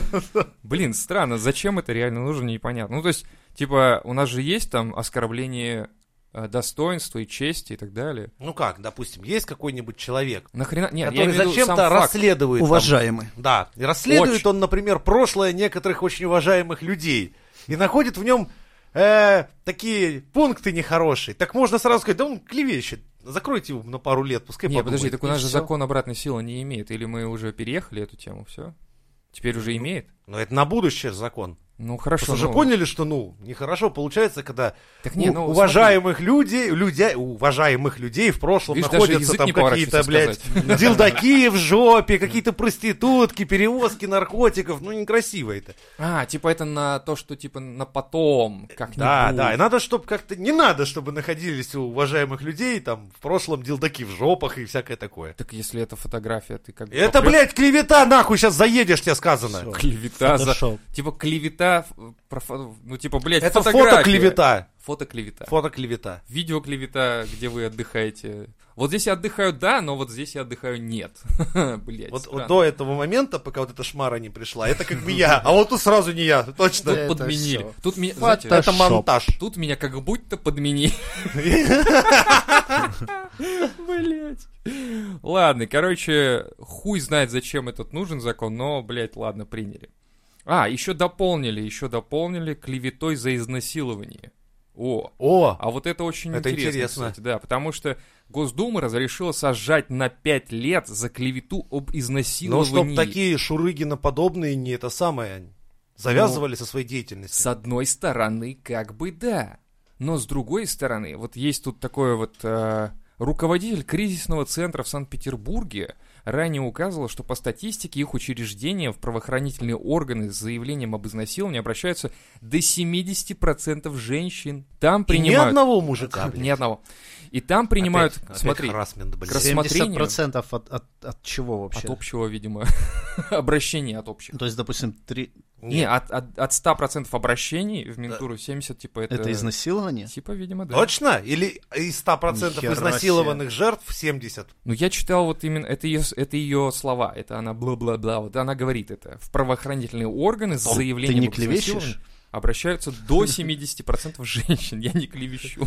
Speaker 2: Блин, странно, зачем это реально нужно, непонятно. Ну, то есть, типа, у нас же есть там оскорбление э, достоинства и чести и так далее.
Speaker 1: [laughs] Ну как, допустим, есть какой-нибудь человек,
Speaker 2: Нахрена? Нет, я
Speaker 1: который
Speaker 2: имею в виду сам
Speaker 1: зачем-то
Speaker 2: факт.
Speaker 1: расследует. там,
Speaker 3: Уважаемый.
Speaker 1: Да, и расследует
Speaker 2: Очень.
Speaker 1: он, например, прошлое некоторых очень уважаемых людей. И находит в нем э, такие пункты нехорошие. Так можно сразу сказать, да он клевещет. Закройте его на пару лет, пускай
Speaker 2: Не, подожди,
Speaker 1: подумает.
Speaker 2: так у нас
Speaker 1: И
Speaker 2: же
Speaker 1: всё.
Speaker 2: закон обратной силы не имеет. Или мы уже переехали эту тему, все? Теперь уже имеет?
Speaker 1: Но это на будущее закон.
Speaker 2: Ну, хорошо.
Speaker 1: Ну. Просто же
Speaker 2: ну,
Speaker 1: поняли, что, ну, нехорошо получается, когда
Speaker 2: Так не,
Speaker 1: у-
Speaker 2: ну,
Speaker 1: уважаемых людей, людей, уважаемых людей в прошлом
Speaker 2: Видишь, даже
Speaker 1: находятся
Speaker 2: язык
Speaker 1: там
Speaker 2: не поворачивается
Speaker 1: какие-то, блядь, дилдаки в жопе, какие-то проститутки, перевозки наркотиков, ну некрасиво это.
Speaker 2: смотри. А, типа это на то, что типа на потом, как-нибудь.
Speaker 1: Да, да, и надо, чтобы как-то, не надо, чтобы находились у уважаемых людей там в прошлом дилдаки в жопах и всякое такое.
Speaker 2: Так если это фотография, ты как бы
Speaker 1: Это,
Speaker 2: попрёшь-
Speaker 1: блядь, клевета, нахуй, сейчас заедешь, тебе сказано.
Speaker 3: Всё.
Speaker 2: Клевета за...
Speaker 3: Фотошоп.
Speaker 2: Типа клевета, ф- про фо- ну типа, блядь,
Speaker 1: Это
Speaker 2: фотография.
Speaker 1: фото клевета,
Speaker 2: Фото клевета.
Speaker 1: фото клевета.
Speaker 2: Видео клевета, где вы отдыхаете. Вот здесь я отдыхаю, да, но вот здесь я отдыхаю, нет. [laughs] Блядь,
Speaker 1: Вот, вот
Speaker 2: странно.
Speaker 1: до этого момента, пока вот эта шмара не пришла, это как бы я, а вот тут сразу не я,
Speaker 2: Тут
Speaker 1: точно.
Speaker 3: Это
Speaker 2: подменили.
Speaker 3: всё.
Speaker 2: Тут меня, знаете,
Speaker 3: Фото-
Speaker 1: Это монтаж.
Speaker 2: тут меня как будто подменили. [laughs] Блять. Ладно, короче, хуй знает, зачем этот нужен закон, но, блядь, ладно, приняли. А, еще дополнили, еще дополнили клеветой за изнасилование. О,
Speaker 1: [laughs] О,
Speaker 2: а вот это очень
Speaker 1: Это
Speaker 2: интересно,
Speaker 1: интересно.
Speaker 2: кстати, да, потому что Госдума разрешила сажать на 5 лет за клевету об
Speaker 1: ну
Speaker 2: изнасиловании
Speaker 1: чтоб такие шурыгиноподобные не это самое завязывали
Speaker 2: Ну,
Speaker 1: со своей деятельностью.
Speaker 2: С одной стороны, как бы да. Но с другой стороны, вот есть тут такое вот э, Руководитель кризисного центра в Санкт-Петербурге ранее указывал, что по статистике их учреждения в правоохранительные органы с заявлением об изнасиловании обращаются до 70% женщин. Там
Speaker 1: И ни
Speaker 2: принимают...
Speaker 1: одного
Speaker 2: [laughs]
Speaker 1: мужика,
Speaker 2: Ни одного. И там принимают...
Speaker 1: Опять- опять
Speaker 2: смотри,
Speaker 1: харассмент, блядь.
Speaker 2: К крас- рассмотрению.
Speaker 3: 70% от, от, от чего вообще?
Speaker 2: от общего, видимо, [laughs] обращения от общих.
Speaker 3: То есть, допустим, три...
Speaker 2: Не, а, от, от, от 100% обращений в Ментуру 70, типа, это...
Speaker 3: это
Speaker 2: [laughs]
Speaker 3: изнасилование?
Speaker 2: Типа, видимо, да.
Speaker 1: Точно? Или из 100%
Speaker 3: Нихера
Speaker 1: изнасилованных жертв 70?
Speaker 2: Ну, я читал вот именно, это ее, это ее слова, это она бла-бла-бла, вот она говорит это. В правоохранительные органы с
Speaker 3: Том,
Speaker 2: заявлением
Speaker 3: ты не
Speaker 2: об изнасиловании
Speaker 3: клевещешь?
Speaker 2: обращаются до 70% женщин, я не клевещу.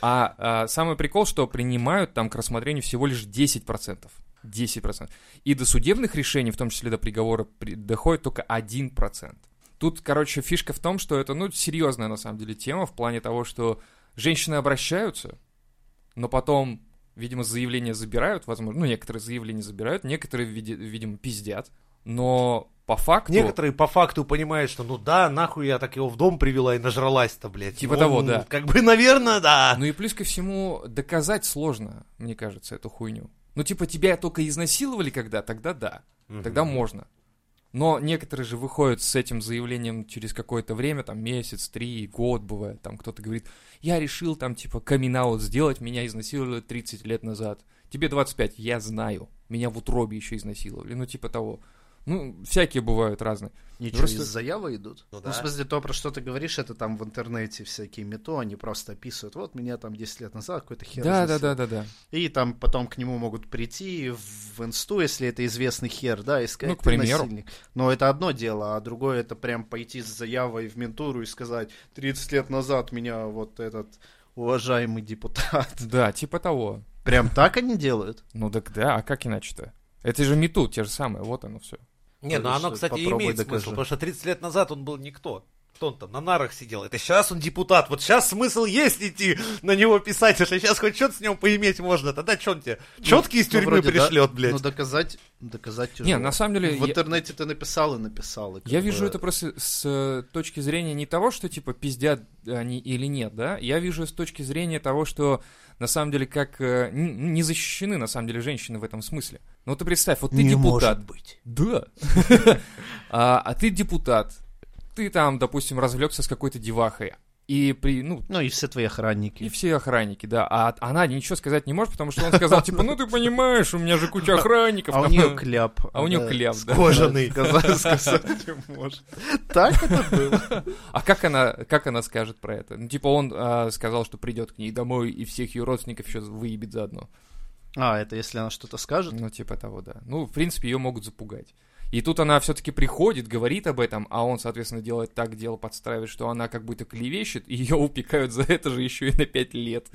Speaker 2: А, а, самый прикол, что принимают там к рассмотрению всего лишь 10%. 10%. И до судебных решений, в том числе до приговора, при- доходит только 1%. Тут, короче, фишка в том, что это, ну, серьезная на самом деле тема в плане того, что женщины обращаются, но потом, видимо, заявления забирают, возможно, ну, некоторые заявления забирают, некоторые, види- видимо, пиздят, но по факту...
Speaker 1: Некоторые по факту понимают, что ну да, нахуй я так его в дом привела и нажралась-то, блядь.
Speaker 2: Типа
Speaker 1: Он,
Speaker 2: того, да.
Speaker 1: Как бы, наверное, да.
Speaker 2: [laughs] Ну и плюс ко всему, доказать сложно, мне кажется, эту хуйню. Ну, типа, тебя только изнасиловали когда, тогда да, тогда можно. Но некоторые же выходят с этим заявлением через какое-то время, там месяц, три, год бывает, там кто-то говорит, я решил там, типа, камин сделать, меня изнасиловали 30 лет назад. Тебе 25, я знаю, меня в утробе еще изнасиловали, ну, типа того. Ну, всякие бывают разные.
Speaker 3: Ничего,
Speaker 2: Просто-
Speaker 3: из заявы идут?
Speaker 1: Ну
Speaker 3: Ну,
Speaker 1: да.
Speaker 3: в смысле, то, про что ты говоришь, это там в интернете всякие мето, они просто описывают, вот меня там 10 лет назад какой-то хер изнасиловал».
Speaker 2: Да-да-да-да-да.
Speaker 3: И там потом к нему могут прийти в инсту, если это известный хер, да, и сказать,
Speaker 2: Ну, к
Speaker 3: «Ты
Speaker 2: примеру.
Speaker 3: насильник». Но это одно дело, а другое это прям пойти с заявой в ментуру и сказать, 30 лет назад меня вот этот уважаемый депутат. [laughs]
Speaker 2: Да, типа того.
Speaker 3: Прям так они делают?
Speaker 2: Ну так да, а как иначе-то? Это же мету, те же самые, вот оно все.
Speaker 1: Не, ну
Speaker 3: Что,
Speaker 1: оно, кстати,
Speaker 3: э, попробуй
Speaker 1: имеет
Speaker 3: докажи.
Speaker 1: смысл, потому что 30 лет назад он был никто. Кто он там на нарах сидел? Это сейчас он депутат. Вот сейчас смысл есть идти на него писать, что сейчас хоть что-то с ним поиметь можно. Тогда что он тебе? Четкие из
Speaker 3: Ну,
Speaker 1: тюрьмы
Speaker 3: вроде да.
Speaker 1: пришлет, блядь.
Speaker 3: Ну, доказать, доказать тяжело.
Speaker 2: Не, на самом деле,
Speaker 3: В
Speaker 2: я,
Speaker 3: интернете ты написал и написал. и как
Speaker 2: я
Speaker 3: бы-
Speaker 2: вижу это просто с э, точки зрения не того, что типа пиздят они или нет, да, я вижу с точки зрения того, что на самом деле как э, н- не защищены на самом деле женщины в этом смысле. Ну вот ты представь, вот ты
Speaker 3: Не
Speaker 2: депутат,
Speaker 3: может быть.
Speaker 2: Да. [laughs] А а ты депутат, ты там, допустим, развлекся с какой-то девахой, и при, ну,
Speaker 3: Ну и все твои охранники.
Speaker 2: И все охранники, да. А от- она ничего сказать не может, потому что он сказал, типа, ну ты понимаешь, у меня же куча охранников.
Speaker 3: А у
Speaker 2: там».
Speaker 3: нее кляп.
Speaker 2: А у неё
Speaker 3: Да,
Speaker 2: кляп, да.
Speaker 1: Кожаный.
Speaker 3: Сказать сказать не может. Так это было.
Speaker 2: А как она, как она скажет про это? Ну, типа, он а, сказал, что придет к ней домой и всех ее родственников еще выебет заодно.
Speaker 3: А, это если она что-то скажет?
Speaker 2: Ну, типа того, да. Ну, в принципе, ее могут запугать. И тут она все-таки приходит, говорит об этом, а он, соответственно, делает так, дело подстраивает, что она как будто клевещет, и ее упекают за это же еще и на пять лет.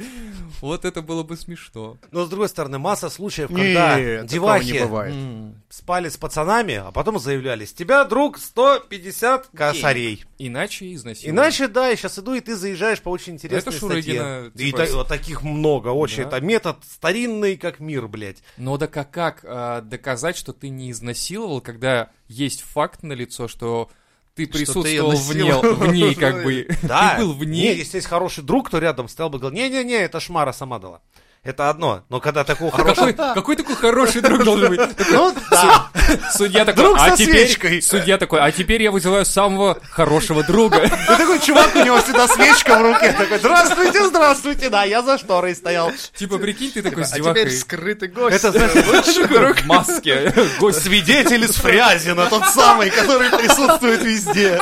Speaker 2: Вот это было бы смешно.
Speaker 1: Но, с другой стороны, масса случаев,
Speaker 3: Не,
Speaker 1: когда
Speaker 3: такого не
Speaker 1: девахи
Speaker 3: бывает.
Speaker 2: М.
Speaker 1: спали с пацанами, а потом заявляли, с тебя, друг, 150 косарей.
Speaker 2: Иначе изнасилуют.
Speaker 1: Иначе, да, я сейчас иду, и ты заезжаешь по очень интересной
Speaker 2: Это Шурыгина,
Speaker 1: статье. И
Speaker 2: типа,
Speaker 1: та- вот таких много очень.
Speaker 2: Да.
Speaker 1: Это метод старинный, как мир, блядь.
Speaker 2: Но да как, как а, доказать, что ты не изнасиловал, когда есть факт на лицо, что ты
Speaker 3: Что ты
Speaker 2: присутствовал
Speaker 3: её
Speaker 2: в, ней,
Speaker 3: насиловал.
Speaker 2: в ней, как бы.
Speaker 1: Да.
Speaker 2: [laughs] Ты был в
Speaker 1: Не,
Speaker 2: ней.
Speaker 1: если есть хороший друг, кто рядом стоял бы и говорил, не-не-не, это шмара сама дала. Это одно. Но когда такого
Speaker 2: А
Speaker 1: хорошего...
Speaker 2: какой, какой такой хороший друг должен быть?
Speaker 1: Ну, да.
Speaker 2: Судья такой,
Speaker 1: Друг
Speaker 2: а
Speaker 1: со
Speaker 2: теперь...
Speaker 1: свечкой».
Speaker 2: Судья такой, а теперь я вызываю самого хорошего друга. [laughs]
Speaker 1: И такой чувак, у него всегда свечка в руке. Такой, здравствуйте, здравствуйте. Да, я за шторой стоял.
Speaker 2: Типа, прикинь, ты такой с
Speaker 3: А теперь
Speaker 2: девахой
Speaker 3: скрытый гость.
Speaker 1: Это,
Speaker 3: [laughs]
Speaker 1: знаешь,
Speaker 2: в маске. Гость
Speaker 1: свидетель из Фрязина, тот самый, который присутствует везде.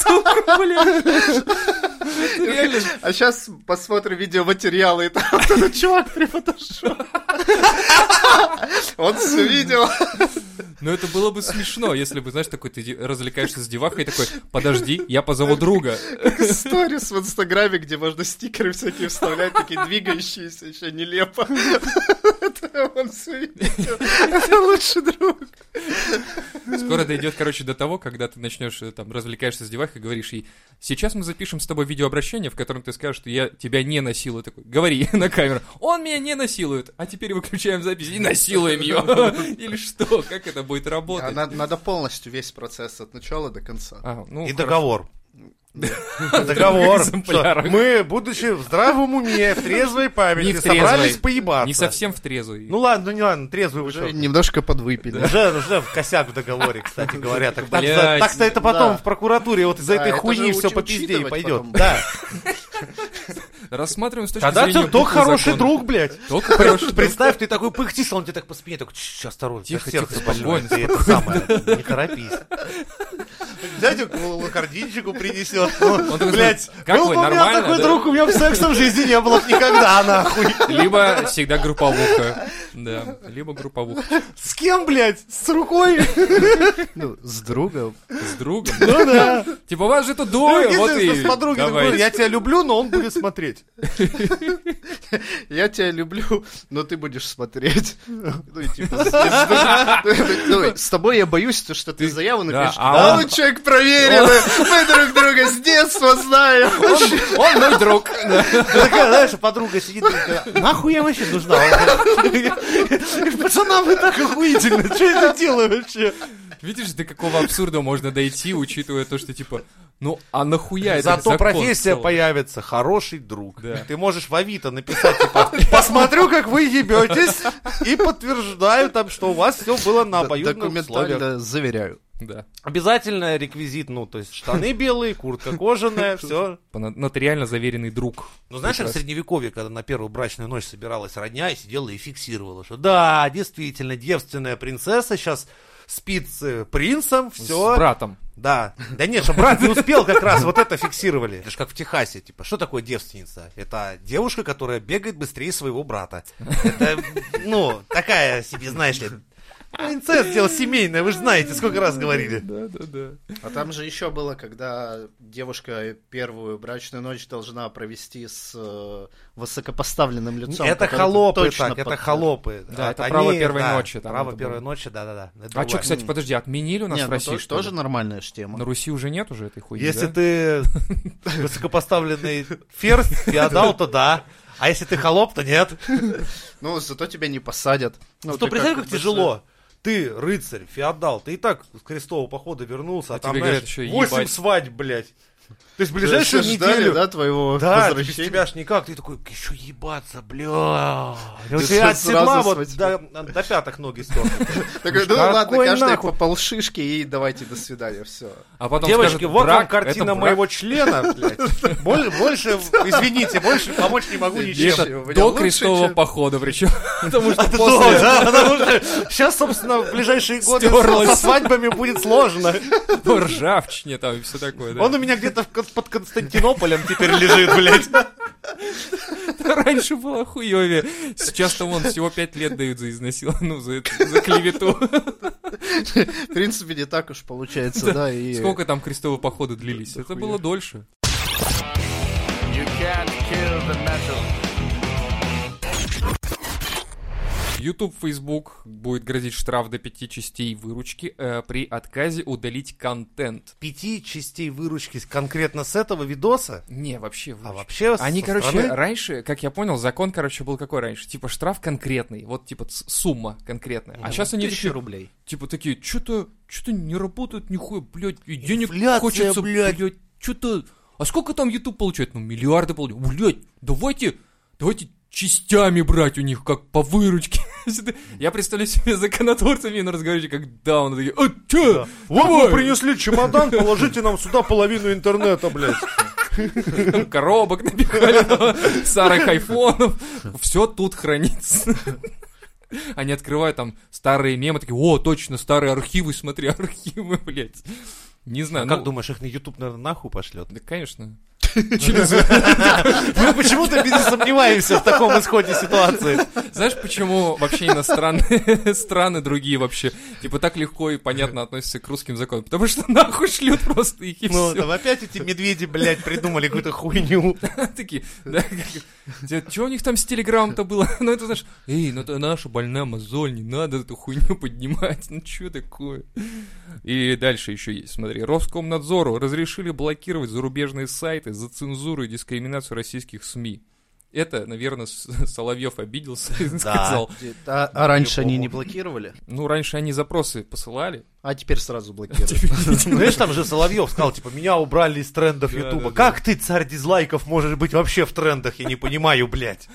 Speaker 2: сука, блядь. Реально,
Speaker 3: А сейчас посмотрим видеоматериалы, [laughs] и там вот этот чувак прифотошоп.
Speaker 2: [laughs]
Speaker 3: Он все видел.
Speaker 2: Но это было бы смешно, если бы, знаешь, такой ты де- развлекаешься с девахой и такой, подожди, я позову друга.
Speaker 3: Сторис в Инстаграме, где можно стикеры всякие вставлять, такие двигающиеся, еще нелепо. Это он все видел. Это лучший друг.
Speaker 2: Скоро дойдет, короче, до того, когда ты начнешь э, там развлекаешься с девахой и говоришь ей, сейчас мы запишем с тобой видеообращение, в котором ты скажешь, что я тебя не насилую. Такой, говори [laughs] на камеру, он меня не насилует, а теперь выключаем запись и насилуем ее. [laughs] Или что, как это будет
Speaker 3: А
Speaker 2: работать?
Speaker 3: на- Надо полностью весь процесс от начала до конца.
Speaker 2: А, ну,
Speaker 1: И
Speaker 2: хорошо.
Speaker 1: договор. [laughs] Договор.
Speaker 2: В экземплярах.
Speaker 1: что Мы, будучи в здравом уме, в трезвой
Speaker 2: Не
Speaker 1: памяти,
Speaker 2: в трезвой.
Speaker 1: собрались поебаться.
Speaker 2: Не совсем в трезвый.
Speaker 1: Ну ладно, ну не ладно, трезвый уже.
Speaker 3: Уже немножко подвыпили.
Speaker 1: Уже, уже в косяк в договоре, кстати говоря. Так, так-
Speaker 2: Блядь.
Speaker 1: так-то это потом
Speaker 3: Да.
Speaker 1: в прокуратуре вот из-за
Speaker 3: Да,
Speaker 1: этой
Speaker 3: это
Speaker 1: хуйни
Speaker 3: же
Speaker 1: все
Speaker 3: учи-
Speaker 1: по пизде и
Speaker 3: учитывать
Speaker 1: пойдет.
Speaker 3: потом.
Speaker 1: Да.
Speaker 2: Рассматриваем с точки
Speaker 1: Когда
Speaker 2: зрения
Speaker 1: ты только
Speaker 2: буквы
Speaker 1: хороший
Speaker 2: закона.
Speaker 1: друг, блядь.
Speaker 2: Только хороший друг.
Speaker 1: Представь, ты такой пыхтишь, а он тебе так по спине, так, «Чш, осторожно,
Speaker 2: Тихо,
Speaker 1: я сердце
Speaker 2: тихо,
Speaker 1: больное,
Speaker 2: спокойно,
Speaker 1: ты это самое, не торопись. Дядю лакардинчику принесет.
Speaker 2: Он такой,
Speaker 1: Блять,
Speaker 2: как
Speaker 1: ну, был
Speaker 2: вы,
Speaker 1: бы у меня
Speaker 2: нормально,
Speaker 1: такой
Speaker 2: да?
Speaker 1: друг, у меня в секса в жизни не было б никогда, нахуй.
Speaker 2: Либо всегда групповуха. Да, либо групповуха.
Speaker 1: С кем, блядь? С рукой?
Speaker 3: Ну, с другом.
Speaker 2: С другом.
Speaker 1: Ну да.
Speaker 2: Типа, у вас же тут
Speaker 1: Ну,
Speaker 2: двое, вот
Speaker 1: единственное,
Speaker 2: и
Speaker 1: с подруги такой,
Speaker 2: давайте.
Speaker 1: я тебя люблю, но он будет смотреть.
Speaker 3: Я тебя люблю, но ты будешь смотреть. Ну, и [laughs] типа, с- с- ну, с тобой я боюсь, то, что ты заяву
Speaker 2: да,
Speaker 3: напишешь.
Speaker 2: а
Speaker 3: А
Speaker 2: он-
Speaker 3: он человек [laughs] проверенный, мы друг друга с детства знаем.
Speaker 2: Он мой друг. Да.
Speaker 1: Такая, знаешь, подруга сидит, и такая, нахуй я вообще нужна? Пацанам вы так охуительно, что я это делаю вообще?
Speaker 2: Видишь, до какого абсурда можно дойти, учитывая то, что типа, ну а нахуя это
Speaker 1: Зато
Speaker 2: закон
Speaker 1: профессия
Speaker 2: целый?
Speaker 1: появится, хороший друг.
Speaker 2: Да.
Speaker 1: Ты можешь в Авито написать, типа, посмотрю, как вы ебетесь, и подтверждаю там, что у вас все было на
Speaker 3: ну,
Speaker 1: обоюдном условиях.
Speaker 3: Документально заверяю.
Speaker 2: Да.
Speaker 1: Обязательно реквизит, ну, то есть штаны белые, куртка кожаная, все.
Speaker 2: Пона- Нотариально заверенный друг.
Speaker 1: Ну, знаешь, как в
Speaker 2: Прекрасно.
Speaker 1: средневековье, когда на первую брачную ночь собиралась родня и сидела и фиксировала, что да, действительно, девственная принцесса сейчас спит с э, принцем, все,
Speaker 2: С братом.
Speaker 1: Да. Да нет, что брат
Speaker 2: [laughs]
Speaker 1: не успел как раз, вот это фиксировали. Это же как в Техасе, типа, что такое девственница? Это девушка, которая бегает быстрее своего брата. Это, ну, такая себе, знаешь ли, ну, инцест дело семейное, вы же знаете, сколько раз говорили.
Speaker 2: Да, да, да.
Speaker 3: А там же еще было, когда девушка первую брачную ночь должна провести с э, высокопоставленным лицом.
Speaker 1: это
Speaker 3: который
Speaker 1: холопы
Speaker 3: точно
Speaker 1: так, это
Speaker 3: под-
Speaker 1: холопы.
Speaker 2: Да,
Speaker 1: Вот
Speaker 2: это право первой
Speaker 1: да,
Speaker 2: ночи там
Speaker 1: Право
Speaker 2: это
Speaker 1: первой
Speaker 2: было.
Speaker 1: ночи, да-да-да. это
Speaker 2: А что,
Speaker 1: другая.
Speaker 2: кстати, подожди, отменили у нас
Speaker 3: Не,
Speaker 2: в
Speaker 3: ну,
Speaker 2: России?
Speaker 3: то-
Speaker 2: что ли?
Speaker 3: тоже нормальная ж
Speaker 2: На
Speaker 1: Ну,
Speaker 3: тема.
Speaker 2: Руси уже нет уже этой хуйни,
Speaker 1: Если
Speaker 2: да?
Speaker 1: ты [laughs] высокопоставленный ферзь, феодал, то да. А если ты холоп, то нет.
Speaker 3: Ну, зато тебя не посадят.
Speaker 1: Ну,
Speaker 3: Ну,
Speaker 1: то
Speaker 3: ты
Speaker 1: представь, как,
Speaker 3: бы
Speaker 1: тяжело. Ты рыцарь, феодал, ты и так с крестового похода вернулся, а,
Speaker 2: А
Speaker 1: там,
Speaker 2: тебе
Speaker 1: знаешь,
Speaker 2: говорят, что
Speaker 1: восемь
Speaker 2: ебать.
Speaker 1: свадьб, блядь. То есть в
Speaker 3: с-
Speaker 1: ближайшую
Speaker 3: э, ждали,
Speaker 1: неделю...
Speaker 3: да, твоего
Speaker 1: да, без
Speaker 3: возвращения.
Speaker 1: тебя ж никак. Ты такой, еще ебаться, бля. У
Speaker 3: Ты
Speaker 1: тебя от
Speaker 3: сразу
Speaker 1: седла вот
Speaker 3: сразу
Speaker 1: до, до пяток ноги сторчат.
Speaker 3: Такой, ну
Speaker 1: Какой
Speaker 3: ладно, каждый
Speaker 1: нахуй?
Speaker 3: по полшишки и давайте до свидания, все.
Speaker 2: А потом
Speaker 1: Девочки,
Speaker 2: скажут,
Speaker 1: вот вам
Speaker 2: брак, это
Speaker 1: картина
Speaker 2: брак.
Speaker 1: моего члена, блядь. Боль- Больше, извините, больше помочь не могу
Speaker 2: И
Speaker 1: ничем.
Speaker 2: это
Speaker 3: у меня
Speaker 2: Типа, до
Speaker 3: лучше,
Speaker 2: крестового
Speaker 3: чем-
Speaker 2: похода
Speaker 1: [laughs]
Speaker 2: причем. Потому что после...
Speaker 1: Да, потому что сейчас, собственно, в ближайшие годы со
Speaker 2: Стерлось.
Speaker 1: со свадьбами будет сложно.
Speaker 2: Ну, ржавчине там и все такое, да.
Speaker 1: Он у меня где-то в Кон- под Константинополем теперь лежит, блядь.
Speaker 2: [laughs] Раньше было хуёве. Сейчас-то вон всего пять лет дают за изнасил... ну, за, это- за клевету.
Speaker 3: В принципе, не так уж получается, да, и...
Speaker 2: Сколько там крестовые походы длились? Это было дольше. YouTube, Facebook будет грозить штраф до пяти частей выручки э, при отказе удалить контент.
Speaker 1: Пяти частей выручки конкретно с этого видоса,
Speaker 2: Не, вообще
Speaker 1: а
Speaker 2: выручки.
Speaker 1: вообще со
Speaker 2: Они, короче,
Speaker 1: стороны-
Speaker 2: раньше, как я понял, закон, короче, был какой раньше? Типа штраф конкретный, вот типа ц- сумма конкретная.
Speaker 1: Ну,
Speaker 2: А сейчас они такие,
Speaker 3: рублей.
Speaker 2: типа такие, что-то, что-то не работают нихуя, блядь, и денег
Speaker 1: Инфляция,
Speaker 2: хочется,
Speaker 1: блядь.
Speaker 2: блядь, что-то... А сколько там YouTube получает? Ну, миллиарды получает. Блядь, давайте, давайте частями брать у них, как по выручке. [laughs] Я представляю себе законотворцами на разговоре, как даун, такие, а
Speaker 1: Да.
Speaker 2: чё?
Speaker 1: Вот
Speaker 2: Давай!»
Speaker 1: мы принесли чемодан, положите нам сюда половину интернета, блядь.
Speaker 2: [laughs] Там
Speaker 1: [laughs]
Speaker 2: коробок набивали, старых айфонов. Все тут хранится. [laughs] Они открывают там старые мемы, такие, о, точно, старые архивы, смотри, архивы, [laughs] блядь. Не знаю, ну,
Speaker 1: А Как думаешь, их на YouTube, наверное, нахуй пошлет?
Speaker 2: Да, конечно. Ну, Через-
Speaker 1: Мы почему-то не сомневаемся в таком исходе ситуации.
Speaker 2: Знаешь, почему вообще иностранные [laughs] страны другие вообще, типа, так легко и понятно относятся к русским законам? Потому что нахуй шлют просто их [laughs] и
Speaker 1: Ну,
Speaker 2: всё.
Speaker 1: там опять эти медведи, блядь, придумали какую-то хуйню.
Speaker 2: [laughs] Такие, да, что у них там с телеграмм-то было? [laughs] Ну, это знаешь, эй, ну это наша больная мозоль, не надо эту хуйню поднимать, [laughs] ну что такое? И дальше еще есть, смотри, Роскомнадзору разрешили блокировать зарубежные сайты за цензуру и дискриминацию российских СМИ. Это, наверное, С- Соловьев обиделся и сказал.
Speaker 3: А, а раньше они
Speaker 1: По-моему.
Speaker 3: не блокировали,
Speaker 2: Ну, раньше они запросы посылали.
Speaker 3: а теперь сразу блокируют.
Speaker 1: Знаешь, там же Соловьев сказал, типа, меня убрали из трендов
Speaker 2: Да,
Speaker 1: Ютуба.
Speaker 2: да, да.
Speaker 1: Как ты, царь дизлайков, можешь быть вообще в трендах? Я не понимаю, блядь.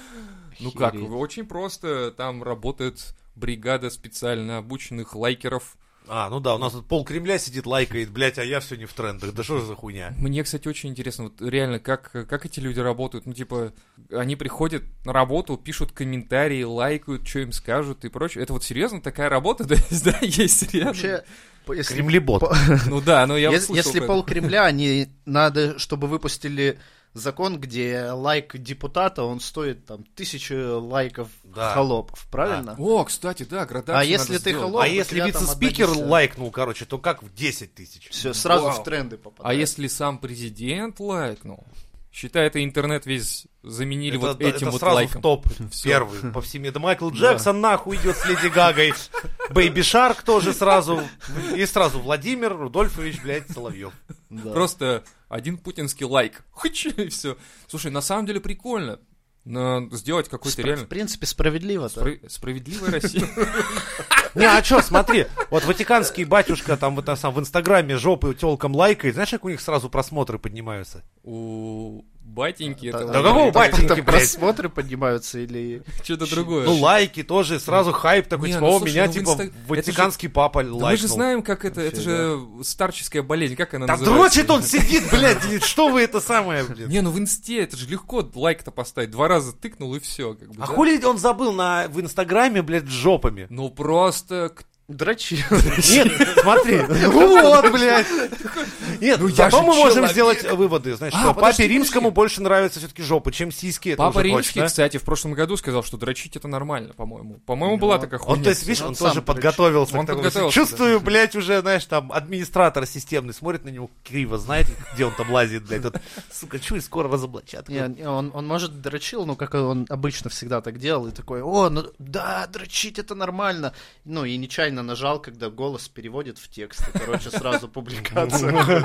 Speaker 2: Ну как,
Speaker 3: Охереть.
Speaker 2: очень просто. Там работает бригада специально обученных лайкеров.
Speaker 1: А, ну да, у нас тут пол Кремля сидит, лайкает, блядь, а я все не в трендах. Да что же за хуйня?
Speaker 2: Мне, кстати, очень интересно, вот реально, как, как эти люди работают? Ну, типа, они приходят на работу, пишут комментарии, лайкают, что им скажут и прочее. Это вот серьезно такая работа, [laughs] да, есть, да, есть реально?
Speaker 3: Вообще, по- если-
Speaker 1: Кремлебот. А
Speaker 3: по-
Speaker 2: Ну да, ну я вот
Speaker 3: ес-
Speaker 2: слышал
Speaker 3: если
Speaker 2: про
Speaker 3: пол
Speaker 2: это.
Speaker 3: Кремля, они надо, чтобы выпустили закон, где лайк депутата, он стоит там тысячу лайков
Speaker 1: Да.
Speaker 3: холопов, правильно?
Speaker 2: О, кстати, да, градацию
Speaker 3: А если
Speaker 2: надо
Speaker 3: ты
Speaker 2: сделать.
Speaker 3: холоп-
Speaker 1: А
Speaker 3: Лоб,
Speaker 1: если
Speaker 3: тебя там
Speaker 1: вице-спикер
Speaker 3: одна десятая.
Speaker 1: лайкнул, короче, то как в 10 тысяч?
Speaker 3: Все, сразу
Speaker 2: Вау.
Speaker 3: в тренды
Speaker 2: А
Speaker 3: попадает.
Speaker 2: если сам президент лайкнул? Считай, это интернет весь заменили
Speaker 1: это,
Speaker 2: вот
Speaker 1: это
Speaker 2: этим вот
Speaker 1: сразу в
Speaker 2: лайком.
Speaker 1: топ
Speaker 2: Всё.
Speaker 1: первый по всем. Да Майкл Джексон нахуй идет с Леди Гагой. Бэйби Шарк тоже сразу. И сразу Владимир Рудольфович, блядь, Соловьев.
Speaker 3: Да.
Speaker 2: Просто один путинский лайк. [laughs] Хуч, и все. Слушай, на самом деле прикольно. Но сделать какой-то
Speaker 3: Спра-
Speaker 2: реально...
Speaker 3: В принципе, справедливо.
Speaker 2: Спра- Справедливая Россия.
Speaker 1: Не, а что, смотри, вот ватиканский батюшка там вот на самом- в инстаграме жопы телкам лайкает, знаешь, как у них сразу просмотры поднимаются?
Speaker 2: [laughs] У батеньки
Speaker 3: Да,
Speaker 2: это...
Speaker 1: Да какого батеньки,
Speaker 3: Там
Speaker 1: блядь?
Speaker 3: просмотры поднимаются
Speaker 2: [laughs]
Speaker 3: или...
Speaker 2: Что-то другое.
Speaker 1: Ну, лайки тоже, сразу хайп такой,
Speaker 2: Не,
Speaker 1: типа,
Speaker 2: ну,
Speaker 1: о,
Speaker 2: слушай,
Speaker 1: меня,
Speaker 2: ну, в
Speaker 1: типа,
Speaker 2: инста-
Speaker 1: ватиканский папа
Speaker 2: Да мы же
Speaker 1: лайкнул.
Speaker 2: знаем, как это... Это же старческая болезнь. Как она
Speaker 1: ну, Да
Speaker 2: называется?
Speaker 1: дрочит он, сидит, блядь, и что вы это самое, блядь?
Speaker 2: Не, ну в инсте это же легко лайк-то поставить. Два раза тыкнул и все. Как бы,
Speaker 1: А
Speaker 2: да?
Speaker 1: хули он забыл на, в инстаграме, блядь, с
Speaker 2: [laughs]
Speaker 1: жопами?
Speaker 2: Ну просто к-
Speaker 3: Дрочи.
Speaker 1: Нет,
Speaker 2: [laughs]
Speaker 1: смотри, ну вот, блядь. Нет,
Speaker 2: Ну я
Speaker 1: зато
Speaker 2: же
Speaker 1: мы можем
Speaker 2: человек.
Speaker 1: сделать выводы, знаешь,
Speaker 2: А,
Speaker 1: что
Speaker 2: подожди,
Speaker 1: папе римскому
Speaker 2: подожди.
Speaker 1: больше нравятся все-таки жопы, чем сиськи, это
Speaker 2: Папа
Speaker 1: уже
Speaker 2: Римский,
Speaker 1: точно.
Speaker 2: кстати, в прошлом году сказал, что дрочить это нормально, по-моему. По-моему, была
Speaker 3: Ну,
Speaker 2: такая хуйня.
Speaker 1: Он, то есть, видишь,
Speaker 3: он
Speaker 1: он
Speaker 3: сам
Speaker 1: тоже
Speaker 3: короче.
Speaker 1: подготовился.
Speaker 2: Он
Speaker 1: к такому.
Speaker 2: подготовился,
Speaker 1: Чувствую, блядь, уже, знаешь, там, администратор системный смотрит на него криво, знаете, где он там лазит, блядь, вот, сука, чуй, скоро разоблачат.
Speaker 3: Не, не, он, он, может, дрочил, ну, как он обычно всегда так делал, и такой, о, ну, да, дрочить это нормально. Ну, и нечаянно нажал, когда голос переводит в текст, и, короче, сразу публикация.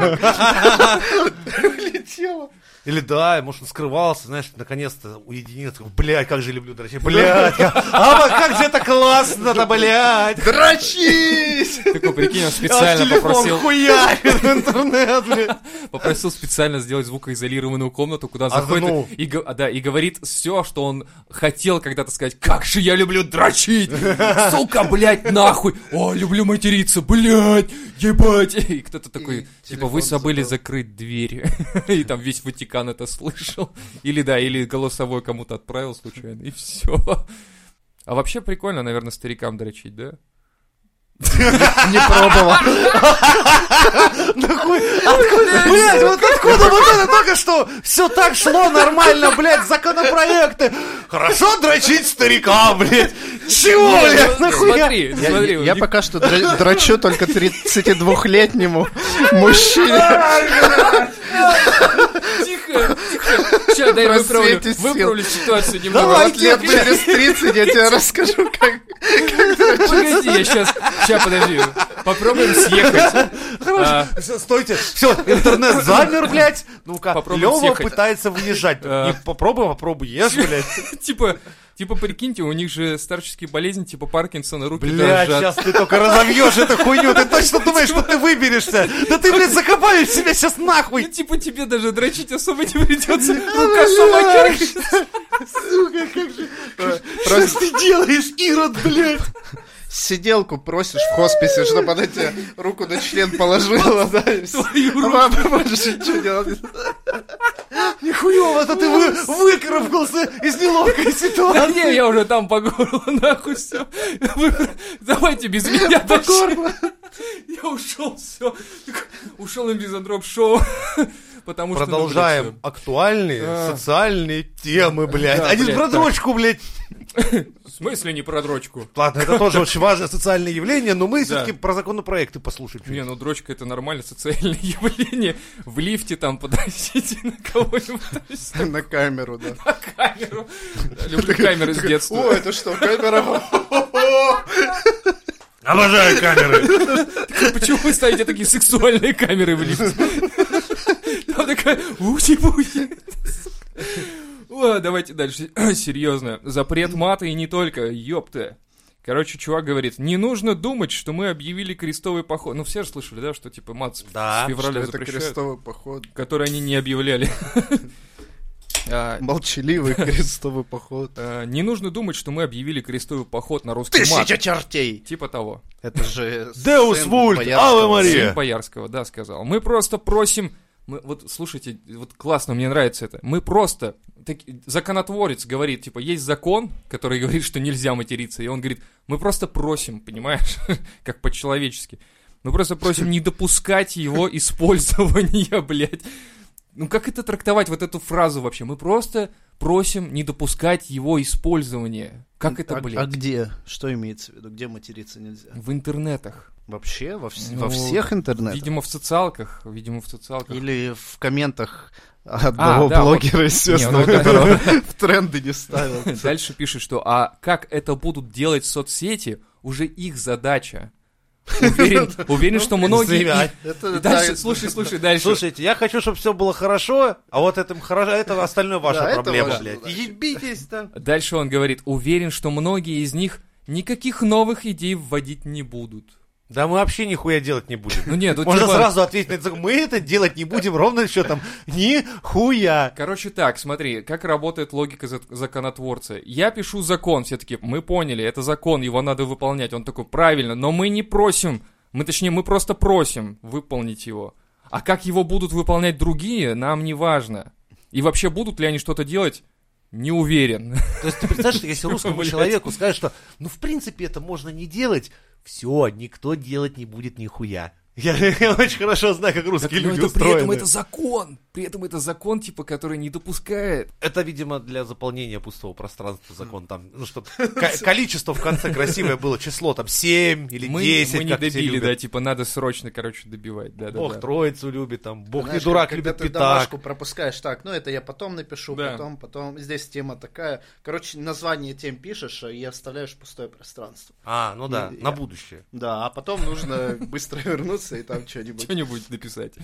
Speaker 3: Летела.
Speaker 1: Или да, может, он скрывался, знаешь, наконец-то уединился, такой, блядь, как же люблю дрочить, блядь, я- а вот как же это классно-то, блядь.
Speaker 3: Дрочить!
Speaker 2: Такой, прикинь, он
Speaker 1: А
Speaker 2: специально
Speaker 1: телефон
Speaker 2: попросил,
Speaker 1: хуярит в интернет, блядь.
Speaker 2: попросил специально сделать звукоизолированную комнату, куда заходит
Speaker 1: ну.
Speaker 2: и, го- а, да, и говорит все, что он хотел когда-то сказать. Как же я люблю дрочить! Сука, блядь, нахуй! О, люблю материться, блядь! Ебать! И кто-то такой, типа,
Speaker 3: телефон
Speaker 2: вы забыли
Speaker 3: забыл.
Speaker 2: закрыть дверь. И там весь Ватикан это слышал. Или да, или голосовой кому-то отправил случайно, и все. А вообще прикольно, наверное, старикам дрочить, да?
Speaker 3: Не пробовал.
Speaker 1: Нахуй? Откуда? Блядь, вот откуда вот это только что все так шло нормально, блядь, законопроекты. Хорошо дрочить старика, блядь. Чего, блядь, нахуя?
Speaker 2: Ну, Смотри,
Speaker 3: Я-
Speaker 2: смотри,
Speaker 3: Я
Speaker 2: у
Speaker 3: я
Speaker 2: них-
Speaker 3: пока что дро- дрочу только 32-летнему мужчине.
Speaker 2: Тихо, тихо. Сейчас дай выправлю,
Speaker 3: Просвети сил.
Speaker 2: выправлю ситуацию немного.
Speaker 3: Давай,
Speaker 2: Ну, Вот
Speaker 3: лет
Speaker 2: я-
Speaker 3: через 30 я тебе расскажу, как...
Speaker 2: Погоди, я сейчас... Сейчас, подожди. Попробуем съехать. А,
Speaker 1: Всё, Стойте, все, интернет замер, блядь. Ну-ка,
Speaker 2: Попробуй
Speaker 1: Лева
Speaker 2: съехать.
Speaker 1: пытается выезжать.
Speaker 2: А.
Speaker 1: Не попробуй, попробуй, ешь, блядь.
Speaker 2: Типа... Типа, прикиньте, у них же старческие болезни, типа Паркинсона, руки
Speaker 1: Блядь,
Speaker 2: дрожат.
Speaker 1: сейчас ты только разовьешь эту хуйню. Ты точно думаешь, что ты выберешься? Да ты, блядь, закопаешь себя сейчас
Speaker 2: Ну,
Speaker 1: нахуй.
Speaker 2: типа, тебе даже дрочить особо не придется. Рука сама дергается.
Speaker 1: Что ж ты делаешь, Ирод, блядь?
Speaker 3: сиделку просишь в хосписе, чтобы она тебе руку на член положила, да, и всё.
Speaker 2: Твою руку.
Speaker 3: Мама больше ничего делать.
Speaker 1: Нихуево, это ты вы, выкарабкался из неловкой
Speaker 2: Да
Speaker 1: ситуации.
Speaker 2: не, я уже там по горло, нахуй все. Давайте без меня дальше. Я ушел, все. Ушел на мизантроп шоу. Потому что... ну, блядь, всё.
Speaker 1: Продолжаем актуальные
Speaker 2: А.
Speaker 1: социальные темы, блядь.
Speaker 2: Да,
Speaker 1: Один
Speaker 2: блядь,
Speaker 1: про дрочку, блядь.
Speaker 2: В смысле не про дрочку?
Speaker 1: Ладно, это тоже очень важное социальное явление, но мы все-таки про законопроекты послушаем.
Speaker 2: Не, ну дрочка это нормально, социальное явление. В лифте там подождите на кого-нибудь то есть
Speaker 3: На камеру, да.
Speaker 2: на камеру. Да, Люблю камеры с
Speaker 3: О,
Speaker 2: детства.
Speaker 3: это что, камера?
Speaker 1: Обожаю камеры.
Speaker 2: Почему вы ставите такие сексуальные камеры в лифте? Там такая ухи-пухи. О, давайте дальше. [clears throat] Серьезно. Запрет мата и не только. Ёпта. Короче, чувак говорит, не нужно думать, что мы объявили крестовый поход. Ну, все же слышали, да, что типа мат с,
Speaker 1: Да,
Speaker 2: с февраля
Speaker 3: это
Speaker 2: запрещают,
Speaker 3: крестовый поход.
Speaker 2: который они не объявляли. А,
Speaker 3: [laughs] Молчаливый крестовый поход.
Speaker 2: э, Не нужно думать, что мы объявили крестовый поход на русский мат.
Speaker 3: Тысяча чертей!
Speaker 2: Типа того.
Speaker 3: Это же...
Speaker 1: Деус
Speaker 3: сын
Speaker 1: вульт,
Speaker 3: Боярского.
Speaker 1: Аве Мария.
Speaker 2: Сын Боярского, да, сказал. Мы просто просим... мы- вот слушайте, вот классно, мне нравится это. Мы просто... так- законотворец говорит, типа, есть закон, который [laughs] говорит, что нельзя материться. И он говорит, мы просто просим, понимаешь, [laughs] как по-человечески. Мы просто просим не допускать его [laughs] использования, [laughs] блядь. Ну как это трактовать, вот эту фразу вообще? Мы просто просим не допускать его использования. Как это,
Speaker 3: а,
Speaker 2: блядь?
Speaker 3: а где? Что имеется в виду? Где материться нельзя?
Speaker 2: В интернетах.
Speaker 3: Вообще? Во, вс-
Speaker 2: Ну,
Speaker 3: во всех интернетах?
Speaker 2: Видимо, в социалках. Видимо, в социалках.
Speaker 3: Или в комментах одного
Speaker 2: да,
Speaker 3: блогера,
Speaker 2: Не, ну
Speaker 3: естественно,
Speaker 2: вот это-
Speaker 3: которого [laughs] в тренды не [laughs] ставил.
Speaker 2: Дальше пишет, что а как это будут делать соцсети, уже их задача.
Speaker 3: [laughs]
Speaker 2: Уверен, уверен, что многие...
Speaker 1: заявлять.
Speaker 2: их-
Speaker 3: Ну, Это
Speaker 2: И
Speaker 3: да,
Speaker 2: дальше,
Speaker 3: это-
Speaker 2: слушай, слушай, дальше.
Speaker 1: Слушайте, я хочу, чтобы все было хорошо, а вот это хорошо, это остальное ваша
Speaker 3: Да, это
Speaker 1: проблема,
Speaker 3: ваша
Speaker 1: блядь.
Speaker 3: задача.
Speaker 1: Ебитесь там.
Speaker 2: Дальше он говорит, уверен, что многие из них никаких новых идей вводить не будут.
Speaker 1: Да мы вообще нихуя делать не
Speaker 2: [laughs]
Speaker 1: будем.
Speaker 2: Ну нет, ну
Speaker 1: Можно
Speaker 2: типа-
Speaker 1: сразу ответить на это. Мы это делать не будем ровно счетом. Нихуя.
Speaker 2: Короче так, смотри, как работает логика за- законотворца. Я пишу закон, все таки мы поняли, это закон, его надо выполнять. Он такой, правильно, но мы не просим, мы точнее, мы просто просим выполнить его. А как его будут выполнять другие, нам не важно. И вообще, будут ли они что-то делать,
Speaker 1: [laughs]
Speaker 2: не уверен.
Speaker 1: То есть ты представляешь, если [laughs] русскому
Speaker 2: Блядь.
Speaker 1: человеку скажешь, что ну в принципе это можно не делать, все, никто делать не будет нихуя. Я, [laughs] я очень хорошо знаю, как русские
Speaker 2: Но
Speaker 1: люди
Speaker 2: это при этом
Speaker 1: устроены.
Speaker 2: это закон, при этом это закон, типа, который не допускает.
Speaker 1: Это, видимо, для заполнения пустого пространства закон там, ну, [laughs] чтобы количество в конце красивое было, число там 7 или
Speaker 2: Мы,
Speaker 1: 10,
Speaker 2: мы не
Speaker 1: как все
Speaker 2: добили,
Speaker 1: любят.
Speaker 2: да, типа, надо срочно, короче, добивать. Да, да,
Speaker 1: Бог
Speaker 2: да.
Speaker 1: троицу любит, там, Бог
Speaker 3: Знаешь,
Speaker 1: не дурак,
Speaker 3: когда
Speaker 1: любит
Speaker 3: ты
Speaker 1: пятак.
Speaker 3: домашку пропускаешь, так, ну это я потом напишу,
Speaker 2: Да.
Speaker 3: потом, потом. Здесь тема такая. Короче, название тем пишешь а и оставляешь пустое пространство.
Speaker 1: А, ну да,
Speaker 3: Я-
Speaker 1: на будущее.
Speaker 3: Да, а
Speaker 1: [laughs]
Speaker 3: потом нужно быстро вернуться и там что-нибудь.
Speaker 2: [laughs] что-нибудь написать.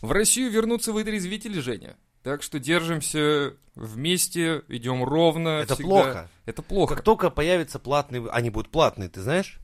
Speaker 2: В Россию вернутся вытрезвители, Женя. Так что держимся вместе, идем ровно.
Speaker 1: Это
Speaker 2: всегда.
Speaker 1: плохо.
Speaker 2: Это плохо.
Speaker 1: Как только появятся платные, они будут платные, ты знаешь?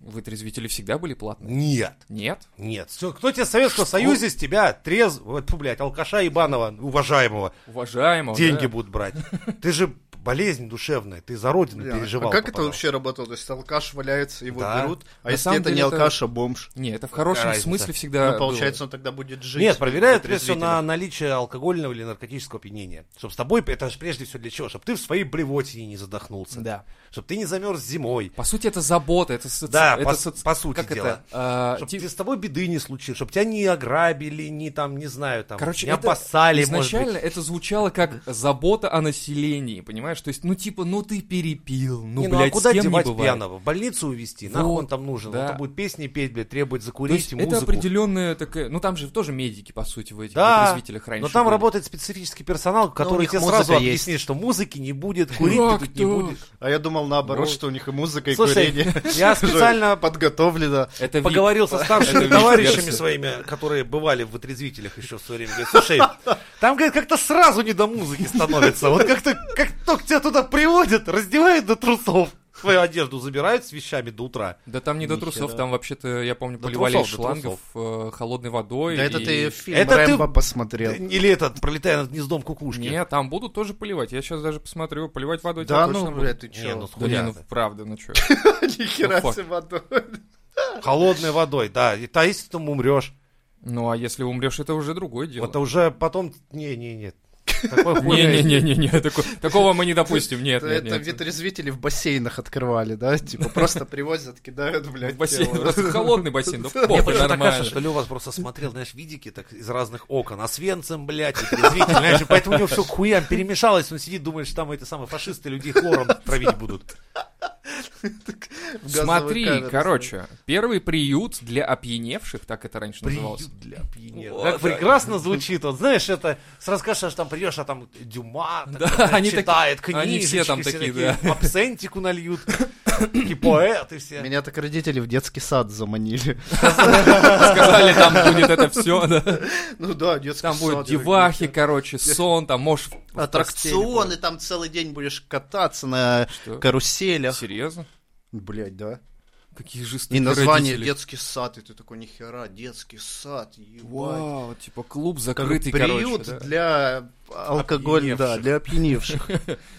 Speaker 2: Вытрезвители всегда были платные.
Speaker 1: Нет.
Speaker 2: Нет.
Speaker 1: Нет. Всё, кто тебе в Советском
Speaker 2: Что?
Speaker 1: Союзе с тебя трез, вот, фу, блядь, алкаша ебаного, уважаемого,
Speaker 2: Уважаемого.
Speaker 1: деньги
Speaker 2: Ну, да.
Speaker 1: будут брать. Ты же болезнь душевная, ты за родину
Speaker 3: Бля,
Speaker 1: переживал.
Speaker 3: а как это
Speaker 1: попадал.
Speaker 3: вообще работало? То есть алкаш валяется, его
Speaker 1: Да.
Speaker 3: берут, а
Speaker 2: На
Speaker 3: если
Speaker 2: самом
Speaker 3: это не
Speaker 2: деле это-
Speaker 3: алкаш, а бомж?
Speaker 2: Не, это в хорошем
Speaker 1: разница?
Speaker 2: смысле всегда.
Speaker 3: ну,
Speaker 2: было.
Speaker 3: получается, он тогда будет жить.
Speaker 1: Нет, проверяют
Speaker 3: в
Speaker 1: прежде всего на
Speaker 3: отрезвителях.
Speaker 1: наличие алкогольного или наркотического опьянения. Чтобы с тобой, это же прежде всего для чего? Чтобы ты в своей блевотине не задохнулся.
Speaker 2: Да.
Speaker 1: Чтобы ты не замерз зимой.
Speaker 2: По сути, это забота, это соци...
Speaker 1: Да,
Speaker 2: это
Speaker 1: по,
Speaker 2: соци-
Speaker 1: по сути
Speaker 2: Как
Speaker 1: дела.
Speaker 2: это? А,
Speaker 1: Чтобы
Speaker 2: ти-
Speaker 1: с тобой беды не случилось, чтобы тебя не ограбили, не там, не знаю, там,
Speaker 2: Короче,
Speaker 1: не
Speaker 2: это
Speaker 1: опасали, может
Speaker 2: изначально
Speaker 1: быть.
Speaker 2: это звучало как забота о населении, понимаешь? То есть, ну типа, ну ты перепил, ну,
Speaker 1: Не, ну,
Speaker 2: блядь,
Speaker 1: а куда
Speaker 2: с кем не
Speaker 1: девать
Speaker 2: бывает.
Speaker 1: пьяного? В больницу увезти? Нахуй
Speaker 2: Вот,
Speaker 1: он там нужен?
Speaker 2: да.
Speaker 1: Он там будет песни петь, блядь, требует
Speaker 2: То
Speaker 1: закурить,
Speaker 2: есть
Speaker 1: музыку.
Speaker 2: это определенная такая... Ну там же тоже медики, по сути, в этих
Speaker 1: Да,
Speaker 2: вытрезвителях раньше Ну,
Speaker 1: Но там
Speaker 2: были.
Speaker 1: работает специфический персонал, который
Speaker 3: них
Speaker 1: тебе
Speaker 3: музыка
Speaker 1: сразу
Speaker 3: есть.
Speaker 1: объяснит, что музыки не
Speaker 2: [laughs]
Speaker 1: будет, курить ты
Speaker 2: Как
Speaker 1: тут не
Speaker 2: так?
Speaker 1: будешь.
Speaker 3: А я думал наоборот,
Speaker 2: Ну.
Speaker 3: что у них и музыка, и
Speaker 1: Слушай,
Speaker 3: [laughs] курение.
Speaker 1: [laughs]
Speaker 2: [laughs]
Speaker 1: я специально
Speaker 3: подготовлено.
Speaker 2: Это вид.
Speaker 1: поговорил со
Speaker 2: Это
Speaker 1: старшими
Speaker 2: вид-версия.
Speaker 1: товарищами своими, которые бывали в отрезвителях еще в свое время. Говорит,
Speaker 2: [laughs]
Speaker 1: слушай, там, говорит, как-то сразу не до музыки становится. Вот как-то, как только тебя туда приводят, раздевают до трусов. Твою одежду забирают с вещами до утра.
Speaker 2: Да там не до
Speaker 3: Нихера.
Speaker 2: трусов, там вообще-то, я помню,
Speaker 1: До
Speaker 2: поливали
Speaker 1: трусов,
Speaker 2: из
Speaker 1: до
Speaker 2: шлангов э, холодной водой.
Speaker 3: Да это
Speaker 2: и-
Speaker 3: ты фильм
Speaker 1: Это ты-
Speaker 3: Рэмбо посмотрел.
Speaker 1: Или этот, пролетая над гнездом кукушки.
Speaker 2: Нет, там будут тоже поливать. Я сейчас даже посмотрю, поливать водой
Speaker 3: Да
Speaker 2: тебя
Speaker 3: ну,
Speaker 2: точно
Speaker 3: бля,
Speaker 2: будут.
Speaker 3: ты
Speaker 1: Не, ну
Speaker 3: чё?
Speaker 1: с
Speaker 2: Да не,
Speaker 1: хуя
Speaker 2: ну
Speaker 1: ты.
Speaker 2: правда, ну что.
Speaker 3: [laughs]
Speaker 2: ну,
Speaker 3: Нихера
Speaker 2: факт.
Speaker 3: себе, да.
Speaker 1: Холодной водой, да. И то, если ты умрешь,
Speaker 2: Ну а если умрешь, это уже другое дело.
Speaker 1: это уже потом... Не-не-не. Такой хуйня.
Speaker 2: Не-не-не-не, такое- такого мы не допустим, нет,
Speaker 3: Это
Speaker 2: нет,
Speaker 3: это
Speaker 2: нет.
Speaker 3: ветрезвители в бассейнах открывали, да? [laughs] Типа просто привозят, кидают, блядь,
Speaker 2: В бассейн,
Speaker 3: [laughs] тело.
Speaker 2: просто холодный бассейн, да
Speaker 1: Мне
Speaker 2: похуй,
Speaker 1: почему-то кажется,
Speaker 2: нормально.
Speaker 1: что Лёва просто смотрел, знаешь, видики так из разных окон, а с Венцем, блядь, и трезвитель, знаешь, и поэтому у него все к хуям перемешалось, он сидит, думает, что там эти самые фашисты людей хлором травить будут.
Speaker 3: в газовой
Speaker 2: Смотри,
Speaker 3: камере.
Speaker 2: короче, первый приют для опьяневших, так это раньше называлось.
Speaker 1: Приют для опьянения.
Speaker 2: Вот,
Speaker 1: Как
Speaker 2: да.
Speaker 1: прекрасно звучит. Вот знаешь, это сразу скажешь, что там придешь, а там Дюма так,
Speaker 2: Да,
Speaker 1: знаешь,
Speaker 2: они
Speaker 1: читает
Speaker 2: таки-
Speaker 1: книжечки.
Speaker 2: они все там такие, да.
Speaker 1: Абсентику нальют. И поэты все.
Speaker 3: Меня так родители в детский сад заманили. [laughs]
Speaker 2: Сказали, там будет это все.
Speaker 3: Ну да, детский
Speaker 2: Там
Speaker 3: сад.
Speaker 2: будут
Speaker 3: я
Speaker 2: девахи,
Speaker 3: говорю,
Speaker 2: короче, сон, там можешь... в- в постели
Speaker 3: Аттракционы, там целый день будешь кататься на
Speaker 2: Что?
Speaker 3: каруселях.
Speaker 2: Серьезно?
Speaker 3: Блять, да.
Speaker 2: Какие жестокие
Speaker 3: И название
Speaker 2: родители.
Speaker 3: детский сад, и ты такой, нихера, детский сад, ебать.
Speaker 2: Вау, типа клуб
Speaker 3: Как
Speaker 2: закрытый,
Speaker 3: приют
Speaker 2: короче. да.
Speaker 3: для алкоголя, да,
Speaker 1: Опьяневших.
Speaker 3: для опьяневших.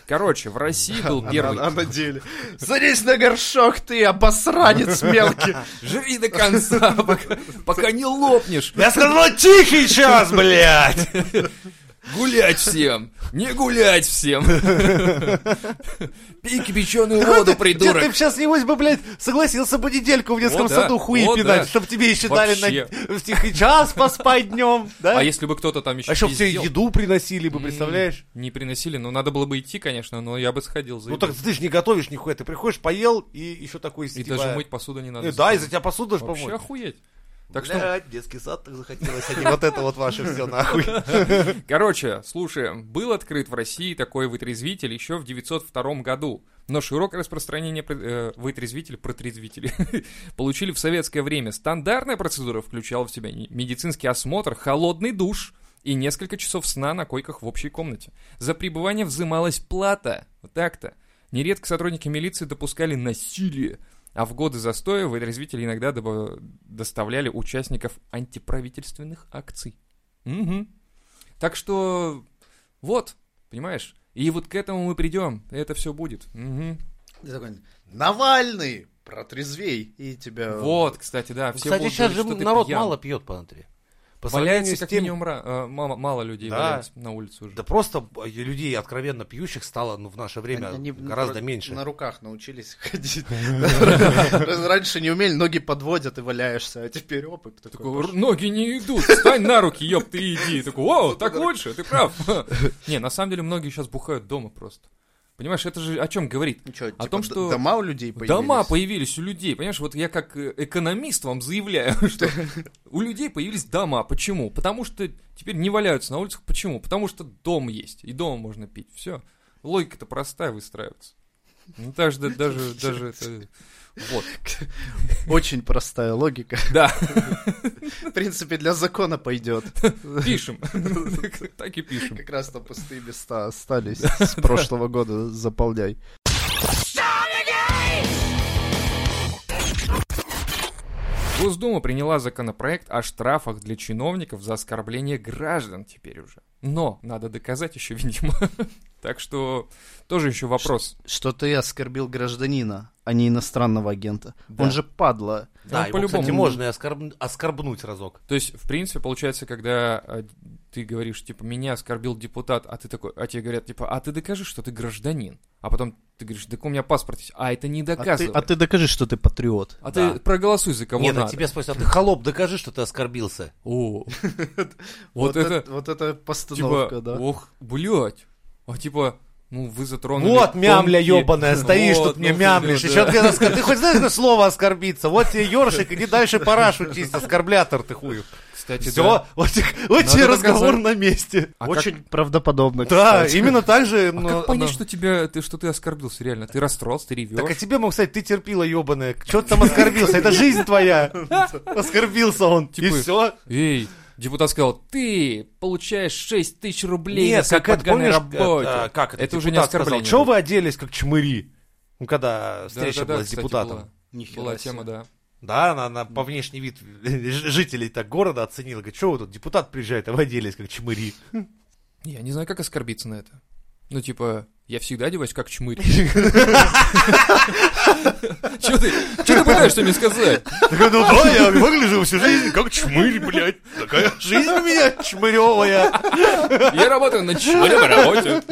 Speaker 2: Короче, в России был первый.
Speaker 3: А на деле. Садись на горшок, ты обосранец мелкий.
Speaker 2: Живи до конца, пока- пока не лопнешь.
Speaker 1: [laughs] Я сказал, «Ну, тихий час, блядь!
Speaker 2: Гулять всем! Не гулять
Speaker 3: [laughs]
Speaker 2: всем! Пей кипяченую
Speaker 1: Дед,
Speaker 2: воду,
Speaker 1: ты
Speaker 2: придурок!
Speaker 1: бы сейчас, небось, бы, блядь, согласился бы недельку в детском
Speaker 2: О, да.
Speaker 1: саду хуи
Speaker 2: О,
Speaker 1: пинать,
Speaker 2: да.
Speaker 1: чтобы тебе еще
Speaker 2: Вообще.
Speaker 1: дали на в тихий час поспать днем, да?
Speaker 2: А если бы кто-то там еще
Speaker 1: А чтоб тебе еду приносили бы, представляешь?
Speaker 2: Не приносили, ну надо было бы идти, конечно, но я бы сходил за
Speaker 1: Ну так ты же не готовишь нихуя, ты приходишь, поел и еще такой
Speaker 2: И
Speaker 1: типа,
Speaker 2: даже мыть посуду не надо.
Speaker 1: э, Да, и за тебя посуду же
Speaker 2: Вообще
Speaker 1: помочь.
Speaker 2: охуеть. Так что,
Speaker 1: Блядь, детский сад так захотелось, а не вот это вот ваше все нахуй.
Speaker 2: короче, слушаем. Был открыт в России такой вытрезвитель еще в 902 году. Но широкое распространение э, вытрезвителей, протрезвителей, [laughs] получили в советское время. Стандартная процедура включала в себя не- медицинский осмотр, холодный душ и несколько часов сна на койках в общей комнате. За пребывание взималась плата. Вот так-то. Нередко сотрудники милиции допускали насилие, а в годы застоя вытрезвители иногда добав- доставляли участников антиправительственных акций. Мгм. Так что вот, понимаешь? И вот к этому мы придем, это все будет. Мгм.
Speaker 3: Ты такой, Навальный, протрезвей. И тебя...
Speaker 2: Вот, кстати, да. Все
Speaker 1: Э, Кстати,
Speaker 2: будут
Speaker 1: сейчас же
Speaker 2: говорить, что ты
Speaker 1: народ
Speaker 2: пьян.
Speaker 1: мало пьет по Андре. По
Speaker 2: Валяется
Speaker 1: сравнению с
Speaker 2: как
Speaker 1: тем,
Speaker 2: минимум ра- э, мало, мало людей
Speaker 1: Да.
Speaker 2: валяется на улице уже.
Speaker 1: да просто б- людей откровенно пьющих стало ну, в наше время
Speaker 3: Они
Speaker 1: гораздо
Speaker 3: на-
Speaker 1: меньше.
Speaker 3: На руках научились
Speaker 1: [laughs]
Speaker 3: [laughs] ходить. Р- Раньше не умели, ноги подводят и валяешься, а теперь опыт
Speaker 2: Такой,
Speaker 3: такой.
Speaker 2: «Р- ноги не идут, встань на руки, ёб ты иди. Такой, о, так лучше, ты прав.
Speaker 1: [laughs]
Speaker 2: Не, на самом деле многие сейчас бухают дома просто. Понимаешь, это же о чем говорит?
Speaker 3: Ничего, типа,
Speaker 2: О том, что
Speaker 3: дома у людей появились.
Speaker 2: Дома появились у людей, понимаешь, вот я как э, экономист вам заявляю, [laughs] что у людей появились дома. Почему? Потому что теперь не валяются на улицах. Почему? Потому что дом есть, и дома можно пить. Все. Логика-то простая выстраивается. Ну, даже, даже, даже это... Вот,
Speaker 3: Очень простая логика.
Speaker 2: да,
Speaker 3: [laughs] В принципе, для
Speaker 1: [laughs]
Speaker 3: закона пойдет.
Speaker 2: пишем. [laughs] Так и пишем.
Speaker 3: Как раз там пустые места [laughs] остались с прошлого года. Заполняй.
Speaker 2: Госдума приняла законопроект о штрафах для чиновников за оскорбление граждан теперь уже. Но надо доказать еще, [laughs] видимо. Так что тоже еще вопрос.
Speaker 3: Что ты оскорбил гражданина, а не иностранного агента.
Speaker 2: Да.
Speaker 3: Он же падла.
Speaker 1: Да,
Speaker 2: Ну,
Speaker 1: его,
Speaker 2: по-любому.
Speaker 1: кстати, можно и оскорб- оскорбнуть разок.
Speaker 2: То есть, в принципе, получается, когда э, ты говоришь, типа, меня оскорбил депутат, а ты такой, а тебе говорят, типа, а ты докажи, что ты гражданин. А потом ты говоришь, так у меня паспорт есть. А это не
Speaker 3: А ты,
Speaker 2: доказывает.
Speaker 3: а ты докажи, что ты патриот.
Speaker 2: А
Speaker 1: Да.
Speaker 2: ты проголосуй за кого
Speaker 1: Нет, а
Speaker 2: надо.
Speaker 1: тебе спросят, а ты холоп, докажи, что ты оскорбился. [laughs]
Speaker 2: О, вот это,
Speaker 3: вот это
Speaker 2: типа,
Speaker 3: постановка, да.
Speaker 2: ох, блядь. А типа, ну вы затронули...
Speaker 1: Вот мямля
Speaker 2: тонкие- [laughs]
Speaker 1: ебаная, стоишь
Speaker 2: Вот,
Speaker 1: тут мне
Speaker 2: ну,
Speaker 1: мямлишь.
Speaker 2: да.
Speaker 1: Еще ты, оскор- ты хоть знаешь, как слово оскорбиться? Вот тебе ёршик, иди
Speaker 2: [laughs]
Speaker 1: дальше параш учись, оскорблятор ты хуев.
Speaker 2: Кстати,
Speaker 1: Все,
Speaker 2: да.
Speaker 1: вот, те- вот
Speaker 2: Надо
Speaker 1: тебе разговор
Speaker 2: доказать.
Speaker 1: на месте.
Speaker 2: А как-
Speaker 3: Очень правдоподобно,
Speaker 1: Да,
Speaker 3: кстати.
Speaker 1: именно так же. ну,
Speaker 2: А
Speaker 1: но
Speaker 2: как понять,
Speaker 1: она-
Speaker 2: что тебя, ты, что ты оскорбился реально? Ты расстроился, ты ревешь.
Speaker 1: Так а тебе мог сказать, ты терпила, ебаная. Че ты там оскорбился? Это жизнь
Speaker 2: [laughs]
Speaker 1: твоя. Оскорбился он. И
Speaker 2: Типа,
Speaker 1: все.
Speaker 2: Эй, депутат сказал, ты получаешь 6 тысяч рублей
Speaker 1: Нет,
Speaker 2: на
Speaker 1: как это,
Speaker 2: подганной
Speaker 1: помнишь,
Speaker 2: работе.
Speaker 1: это, как это,
Speaker 2: уже не оскорбление.
Speaker 1: Че вы оделись, как чмыри? Ну, когда
Speaker 2: Да, да,
Speaker 1: встреча
Speaker 2: да,
Speaker 1: была с
Speaker 2: кстати,
Speaker 1: депутатом.
Speaker 2: была.
Speaker 3: Нихера
Speaker 2: Была
Speaker 3: себе.
Speaker 2: тема, да.
Speaker 1: Да, она, она по внешний вид [laughs] ж- жителей так города оценила. Говорит, что вы тут, депутат приезжает, а вы оделись, как чмыри.
Speaker 2: Я не знаю, как оскорбиться на это. Ну, типа, я всегда одеваюсь как
Speaker 1: [laughs]
Speaker 2: чмырь. Че ты, чё ты пытаешься мне сказать?
Speaker 1: Такой, ну да, я выгляжу всю жизнь как чмырь, блядь. Такая жизнь у меня чмыревая.
Speaker 2: Я работаю на чмыревой работе.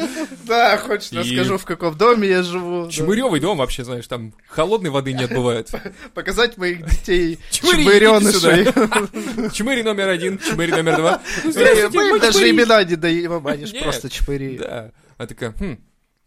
Speaker 3: Да, хочешь,
Speaker 2: И-
Speaker 3: расскажу, в каком доме я живу. да.
Speaker 2: Чмыревый дом вообще, знаешь, там холодной воды нет бывает.
Speaker 3: Показать моих
Speaker 2: [laughs]
Speaker 3: детей
Speaker 2: Чмыри,
Speaker 3: чмыренышей. [laughs]
Speaker 2: Чмырь номер один, чмырь номер два.
Speaker 3: Мы
Speaker 2: Здравствуйте,
Speaker 3: им
Speaker 2: мой
Speaker 3: даже
Speaker 2: чмырь.
Speaker 3: имена не даем, они ж
Speaker 2: Нет.
Speaker 3: просто чмыри.
Speaker 2: Да. А такая, хм,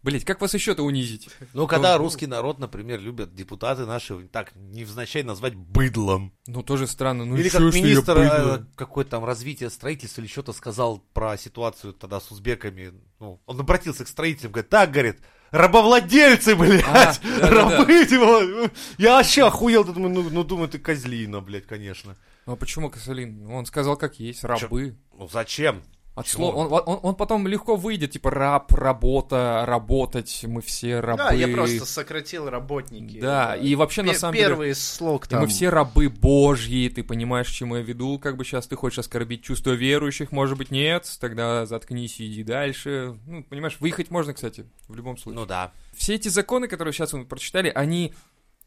Speaker 2: Блять, как вас еще-то унизить?
Speaker 1: Ну, когда русский народ, например, любят депутаты наши, так, невзначай назвать быдлом.
Speaker 2: Ну, тоже странно. Ну,
Speaker 1: или
Speaker 2: чё,
Speaker 1: как
Speaker 2: что я
Speaker 1: министр
Speaker 2: быдло?
Speaker 1: э, какой-то там развития строительства или что-то сказал про ситуацию тогда с узбеками. Ну, он обратился к строителям, говорит, так, говорит, рабовладельцы, [laughs]
Speaker 2: А,
Speaker 1: блядь,
Speaker 2: да-да-да.
Speaker 1: рабы, типа, я вообще охуел, думаю, ну, ну, думаю, ты козлина, блядь, конечно.
Speaker 2: Ну, а почему Косолин? Он сказал, как есть, рабы.
Speaker 1: Ну, зачем?
Speaker 2: От
Speaker 1: Чего?
Speaker 2: слова. Он, он- он потом легко выйдет, типа, раб, работа, работать, мы все рабы.
Speaker 3: Да, я просто сократил работники.
Speaker 2: Да, и вообще, на
Speaker 3: Пе-
Speaker 2: самом деле...
Speaker 3: Первый слог
Speaker 2: И
Speaker 3: там.
Speaker 2: мы все рабы божьи, ты понимаешь, к чему я веду, как бы сейчас ты хочешь оскорбить чувство верующих, может быть, нет, тогда заткнись и иди дальше. Ну, понимаешь, выехать можно, кстати, в любом случае.
Speaker 1: Ну да.
Speaker 2: Все эти законы, которые сейчас мы прочитали, они,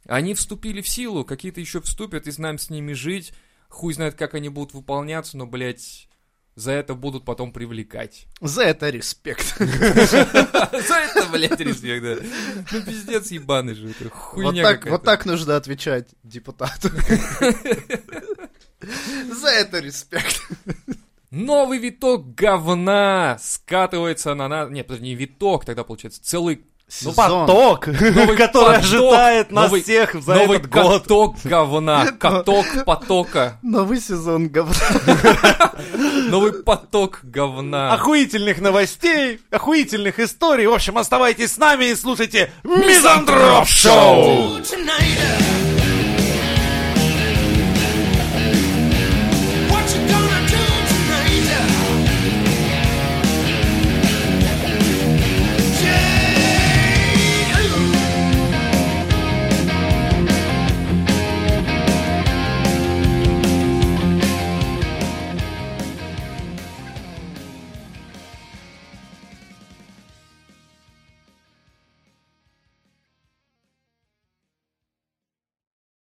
Speaker 2: они вступили в силу, какие-то еще вступят, и нам с ними жить, хуй знает, как они будут выполняться, но, блядь, за это будут потом [laughs] привлекать.
Speaker 3: За это респект.
Speaker 2: А За это, блядь, респект, да. Ну, пиздец ебаный же, это [laughs]
Speaker 3: Вот
Speaker 2: хуйня
Speaker 3: так, вот
Speaker 2: какая-то.
Speaker 3: так нужно отвечать
Speaker 2: [laughs]
Speaker 3: депутату. За это респект.
Speaker 2: Новый виток говна скатывается на нас. Нет, подожди, не виток, тогда получается целый
Speaker 1: Ну,
Speaker 3: Сезон.
Speaker 1: поток, [laughs] который
Speaker 2: поток,
Speaker 1: ожидает нас
Speaker 2: новый-
Speaker 1: всех за
Speaker 2: новый
Speaker 1: этот год.
Speaker 2: каток говна, [laughs] каток потока,
Speaker 3: Новый сезон говна.
Speaker 2: новый поток
Speaker 1: [laughs]
Speaker 2: говна.
Speaker 1: Охуительных новостей, охуительных историй. В общем, оставайтесь с нами и слушайте Мизандроп Шоу!
Speaker 4: tonight.